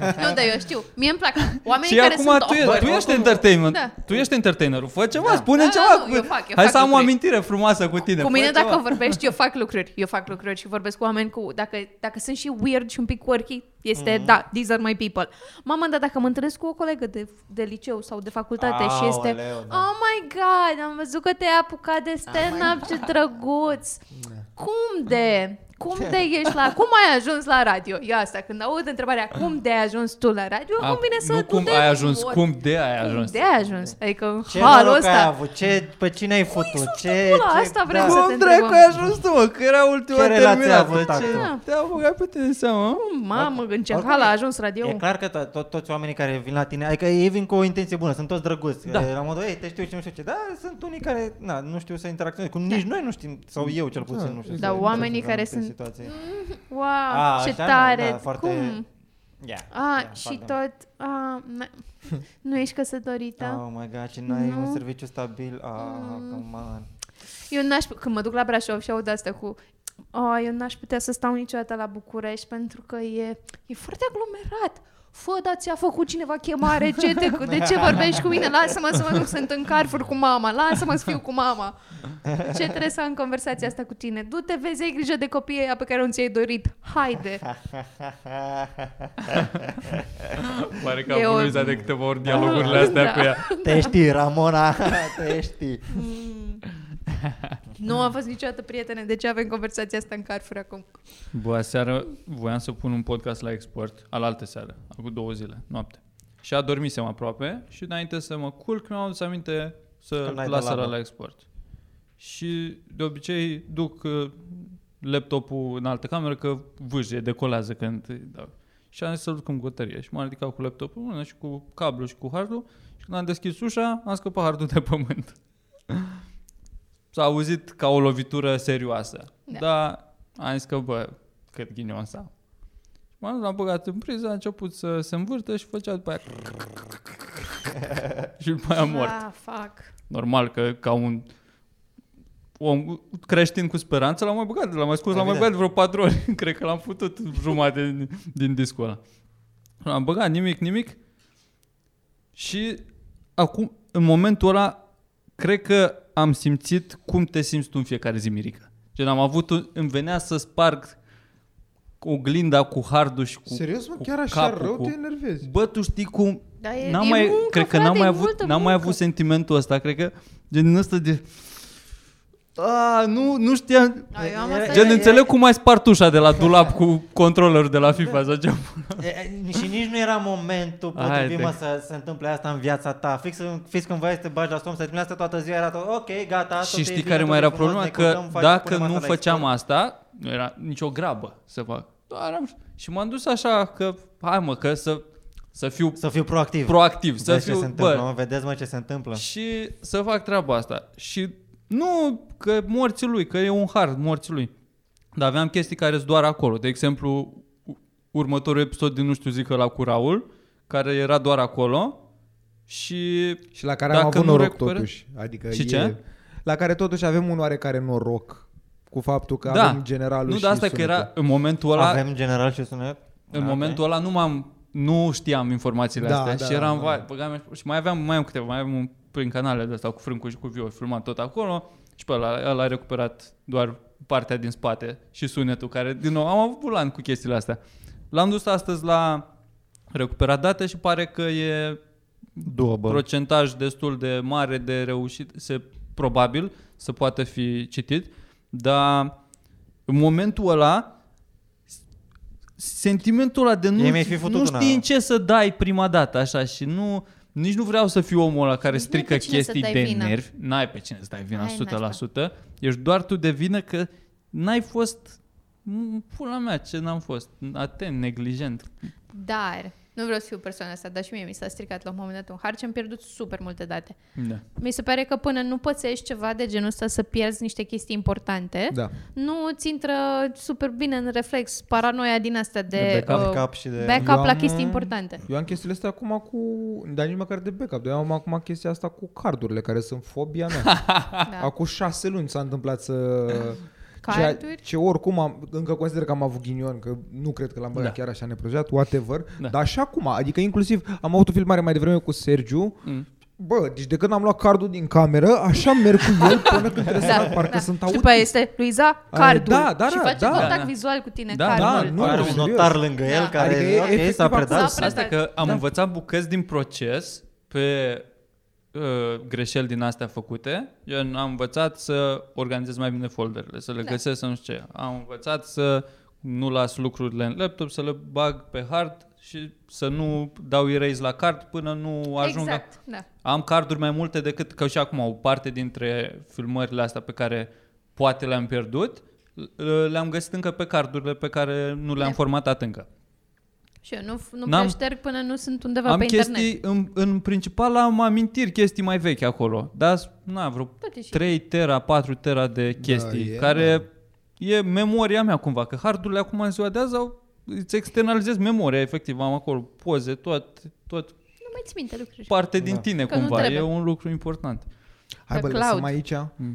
A: nu, dar eu știu. Mie îmi plac oamenii
E: și
A: care
E: acum
A: sunt
E: tu, e-
A: awkward.
E: tu ești entertainment.
A: Da.
E: Tu ești entertainerul. Fă ceva, spune
A: Da,
E: ceva.
A: da, nu, eu fac, eu
E: Hai
A: fac
E: să am o
A: lucruri.
E: amintire frumoasă cu tine.
A: Cu mine
E: Fă
A: dacă
E: ceva.
A: vorbești, eu fac lucruri. Eu fac lucruri și vorbesc cu oameni cu... Dacă, dacă sunt și weird și un pic quirky,
E: Mhm.
A: este, mm-hmm. da, these are my people. Mamă, dar dacă mă întâlnesc cu o colegă de, de liceu sau de facultate și este...
B: Aoleu, da.
A: Oh my god, am văzut că te-ai apucat
E: Ah,
A: de stand-up, ce drăguț.
E: Da.
A: Cum de? Cum de ești la... Cum ai ajuns la radio? Eu asta, când aud întrebarea cum de ai ajuns tu la radio,
E: A,
A: cum vine să...
E: Ah, nu
A: tu
E: cum
A: de
E: ai ajuns,
A: mor.
E: cum de ai ajuns.
A: Cum de ai ajuns? Adică
B: Ce
A: halul
B: noroc ai
A: ăsta...
B: avut? Ce, pe cine ai făcut?
A: insultă
B: Ce,
A: pula,
B: ce, da.
A: asta vreau să- te
E: Cum dracu ai
A: întrebăm.
E: ajuns tu, mă? Că era ultima
B: Ce relație a
E: terminată.
B: avut tactul?
A: Da.
E: Ce? Te-a băgat pe tine de seama, mă?
A: Mamă, în ce
B: oricum
A: hal a
B: e-
A: ajuns radio
B: E clar că to- to- toți oamenii care vin la tine, adică ei vin cu o intenție bună, sunt toți drăguți.
E: Da.
B: Da. La modul, ei, te știu ce, nu știu ce. Dar sunt unii care na, nu știu să interacționeze, cum nici noi nu știm, sau eu cel puțin
C: Da,
B: nu știu.
A: Dar
B: să
A: Da. oamenii
B: interacționez
A: care
B: în
A: sunt-
B: Situație.
A: Wow,
B: A,
A: ce
B: așa, nu,
A: tare!
B: da, foarte-
A: Cum?
B: Yeah,
A: A,
B: yeah,
A: Ah, și
B: foarte
A: tot... A, na- nu ești căsătorită?
B: mult. Oh my god, și n-ai
A: da. Nu. Mm.
B: un serviciu stabil. Ah, come on.
A: Eu n-aș... pu- Când mă duc la Brașov și aud asta cu... Oh, eu n-aș putea să stau niciodată la București pentru că e, e foarte aglomerat. Fă, dar ți-a făcut cineva chemare, ce te, de ce vorbești cu mine? Lasă-mă să mă duc, sunt în Carrefour cu mama, lasă-mă să fiu cu mama. Ce trebuie să am conversația asta cu tine? Du-te, vezi, ai grijă de copiii ăia pe care nu ți-ai dorit. Haide!
E: Pare că
A: E
E: am
A: o-
E: vorbit de câteva ori dialogurile astea
A: Da.
E: cu ea.
B: Te știi, Ramona, te știi.
A: Mm. Nu am fost niciodată prietene, de ce avem conversația asta în Carrefour acum?
E: Bă, seară voiam să pun un podcast la export, al altă seară, acum două zile, noapte. Și adormisem aproape și înainte să mă culc, mi-am adus aminte să
B: Că n-ai
E: las
B: de
E: seara
B: labă.
E: la export. Și de obicei duc uh, laptopul în altă cameră că vâje, decolează când... Da. Și am zis să-l duc în bucătărie și m-am ridicat cu laptopul în mână și cu cablu și cu hardul și când am deschis ușa, am scăpat hardul de pământ. S-a auzit ca o lovitură serioasă.
A: Da.
E: Da. Dar am zis că, bă, cât ghinion s-a. M-am dus, l-am băgat în priză, a început să se învârte și făcea după aia... și după aia mort.
A: Ah, fuck.
E: Normal că ca un om creștin cu speranță, l-am mai băgat, l-am mai scos, l-am mai băgat
B: Evident.
E: vreo patru ori. Cred că l-am putut jumate din, din discul ăla. L-am băgat, nimic, nimic. Și acum, în momentul ăla, cred că am simțit cum te simți tu în fiecare zi, Mirica. Gen, am avut, un- îmi venea să sparg oglinda cu hardul și cu
F: Serios, mă,
E: cu
F: chiar așa
E: capul,
F: rău
E: cu-
F: te enervezi.
E: Bă, tu știi cum...
A: Da, e-
E: n-am
A: e
E: mai,
A: muncă,
E: cred că
A: frate,
E: n-am mai
A: e
E: avut,
A: multă
E: n-am mai
A: muncă.
E: avut sentimentul ăsta, cred că gen din ăsta de... A, nu, nu știam...
A: Da, eu am
B: Gen,
A: asta-
E: Gen, înțeleg cum ai spart ușa de la dulap cu controllerul de la FIFA sau ce
B: E, e, și nici nu era momentul
E: Hai
B: potrivit
E: de-
B: mă, să se întâmple asta în viața ta. Fix, în- fix când vrei să te bagi la somn, să te asta toată ziua, era tot, ok, gata. tot
E: Și
B: e
E: știi
B: bine,
E: care
B: tot
E: mai
B: e
E: era
B: frumos,
E: problema?
B: ne
E: Că
B: culcăm, faci-
E: dacă
B: punem
E: nu
B: asta la
E: făceam
B: export.
E: asta, nu era nicio grabă să fac. Doar am... Și m-am dus așa că, hai mă, că să, să fiu
B: Să fiu proactiv.
E: proactiv, să
B: Vezi
E: fiu...
B: ce se
E: bă,
B: întâmplă, mă, vedeți mă ce se
F: Da.
B: întâmplă.
E: Și să fac treaba asta. Și nu că morții lui, că e un hard morții lui. Dar aveam chestii care sunt doar acolo. De exemplu, u- următorul episod din Nu știu zic la cu Raul, care era doar acolo și
F: Și la care
E: Dacă
F: am avut
E: nu
F: noroc
E: recuperă-
F: totuși. Adică
E: Și
F: e...
E: ce?
F: La care totuși avem un oarecare noroc cu faptul că avem generalul
E: Da. nu,
F: și
E: dar asta că
F: sunetul.
E: era în momentul ăla,
B: Avem Avem general și sunet.
E: în
B: Da,
E: momentul ăla nu m-am nu știam informațiile
F: Da,
E: astea
F: da,
E: și eram
F: da.
E: vai, băgam, și mai aveam mai am câteva, mai aveam un, prin canale de asta cu Frâncu și cu Vio, filmat tot acolo și pe ăla, ăla a recuperat doar partea din spate și sunetul care din nou am avut bulan cu chestiile astea. L-am dus astăzi la recuperat date și pare că e
B: Două, bă.
E: procentaj destul de mare de reușit, se, probabil să poată fi citit, dar în momentul ăla s- sentimentul ăla de
B: Ei
E: nu,
B: mi-ai fi făcut
E: nu
B: una.
E: știi în ce să dai prima dată așa și nu nici nu vreau să fiu omul ăla care
A: Nici n-ai
E: strică
A: pe cine să
E: chestii
A: dai
E: de
A: vina.
E: nervi. N-ai pe cine să dai vina
A: Hai,
E: 100%. Ești doar tu de vină că n-ai fost m, pula mea ce n-am fost atent, neglijent.
A: Dar Nu vreau să fiu persoana asta, dar și mie mi s-a stricat la un moment dat un har și am pierdut super multe date.
E: Da.
A: Mi se pare că până nu pățești ceva de genul ăsta să pierzi niște chestii importante,
F: Da.
A: nu ți intră super bine în reflex paranoia din asta de,
B: De backup.
A: uh,
B: Backup și de-
A: backup
F: Eu
A: la
F: am,
A: chestii
F: uh,
A: importante. Da.
F: Eu am chestiile astea acum cu... Dar nici măcar de backup. Eu am acum chestia asta cu cardurile, care sunt fobia mea.
A: Da.
F: Acum șase luni s-a întâmplat să... Ceea
A: Carduri?
F: ce oricum am, încă consider că am avut ghinion, că nu cred că l-am băgat
E: Da.
F: da. chiar așa neprojat, whatever.
E: Da.
F: Da. Dar și acum, adică inclusiv am avut o filmare mai devreme cu Sergiu.
E: Mm.
F: Mm. Bă, deci de când am luat cardul din cameră, așa merg cu el până când trebuie să
A: Da,
F: arăt, parcă
A: da.
F: sunt
A: Și
F: aut.
A: după aia este Luiza, cardul.
F: da, da,
A: și
F: da,
A: face
F: da.
A: contact
E: Da, da.
A: vizual cu tine,
E: Da, da,
A: cardul.
F: nu,
B: Are un
F: serios.
B: notar lângă el
A: Da.
B: care
F: Adică e
B: ok,
F: efectiv
B: s-a
F: acolo.
B: predat.
A: S-a
E: Asta, asta că am da. învățat bucăți din proces pe uh, greșeli din astea făcute. Eu am învățat să organizez mai bine folderele, să le
A: Da.
E: găsesc, să nu știu ce. Am învățat să nu las lucrurile în laptop, să le bag pe hard și să nu dau erase la card până nu ajung la
A: Exact, da.
E: am carduri mai multe decât că și acum o parte dintre filmările astea pe care poate le-am pierdut, l- le-am găsit încă pe cardurile pe care nu le-am
A: Da.
E: formatat încă.
A: Și eu nu, nu
E: N-am-
A: prea șterg până nu sunt undeva
E: am
A: pe internet.
E: chestii, în, în principal am amintiri chestii mai vechi acolo, dar s- na, vreo
A: Tot e și-
E: 3 tera, 4 tera de chestii, da,
F: e,
E: e, care e memoria mea cumva, că hardurile acum în ziua de azi au, îți externalizez memoria, efectiv, am acolo poze, tot, tot
A: Nu mai ți minte lucruri.
E: parte din
B: Da.
E: tine
A: Că nu
E: cumva, e
A: trebuie.
E: un lucru important. Mm.
F: Hai
A: Pe
F: bă,
A: cloud.
F: lăsăm aici.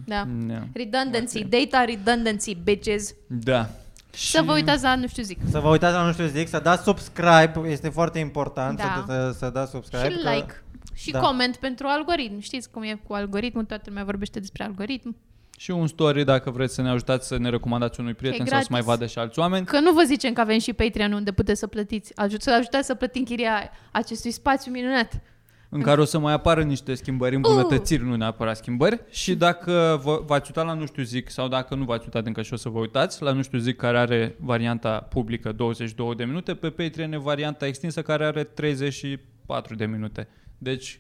A: Da.
E: Yeah.
A: Redundancy, data redundancy, bitches.
E: Da.
A: Să vă uitați la nu știu zic.
B: Să vă uitați la nu știu zic, să dați subscribe, este foarte important
A: Da.
B: să, să, să dați subscribe.
A: și
B: că-
A: like. Și
B: da.
A: coment pentru algoritm. Știți cum e cu algoritmul, toată lumea vorbește despre algoritm.
E: Și un story dacă vreți să ne ajutați să ne recomandați unui prieten sau să
A: gratis.
E: mai vadă și alți oameni.
A: Că nu vă zicem că avem și Patreon unde puteți să plătiți, ajut, să ajutați să plătim chiria acestui spațiu minunat.
E: în care o să mai apară niște schimbări, îmbunătățiri, nu neapărat schimbări. Și dacă vă- v-ați uitat la Nu știu zic sau dacă nu v-ați uitat încă și o să vă uitați, la Nu știu zic care are varianta publică 22 de minute, pe Patreon e varianta extinsă care are 34 de minute. Deci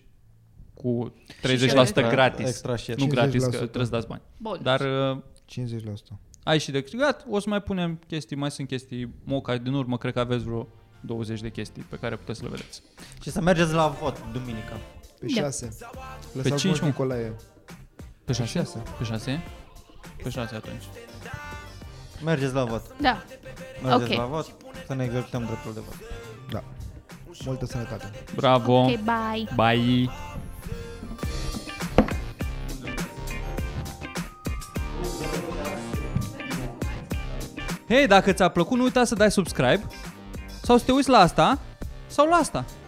E: cu 30%
B: extra-
E: gratis.
B: extra shit.
E: nu gratis, că
F: 50%.
E: trebuie să dați bani.
A: Bun.
E: Dar uh,
F: 50%.
E: ai și de câștigat, o să mai punem chestii, mai sunt chestii moca din urmă, cred că aveți vreo 20 de chestii pe care puteți să le vedeți.
B: Și să mergeți la vot duminica.
F: Pe
A: Da.
F: 6. Lăsați
E: cinci, mă.
F: mă, Nicolae.
E: Pe 6? Pe 6? Pe 6 atunci.
B: Mergeți la vot.
A: Da.
B: Mergeți
A: Ok.
B: la vot să ne exercităm dreptul de vot.
F: Da. Multă sănătate.
E: Bravo!
A: Ok, bye.
E: Bye! Hei, dacă ți-a plăcut, nu uita să dai subscribe sau să te uiți la asta sau la asta.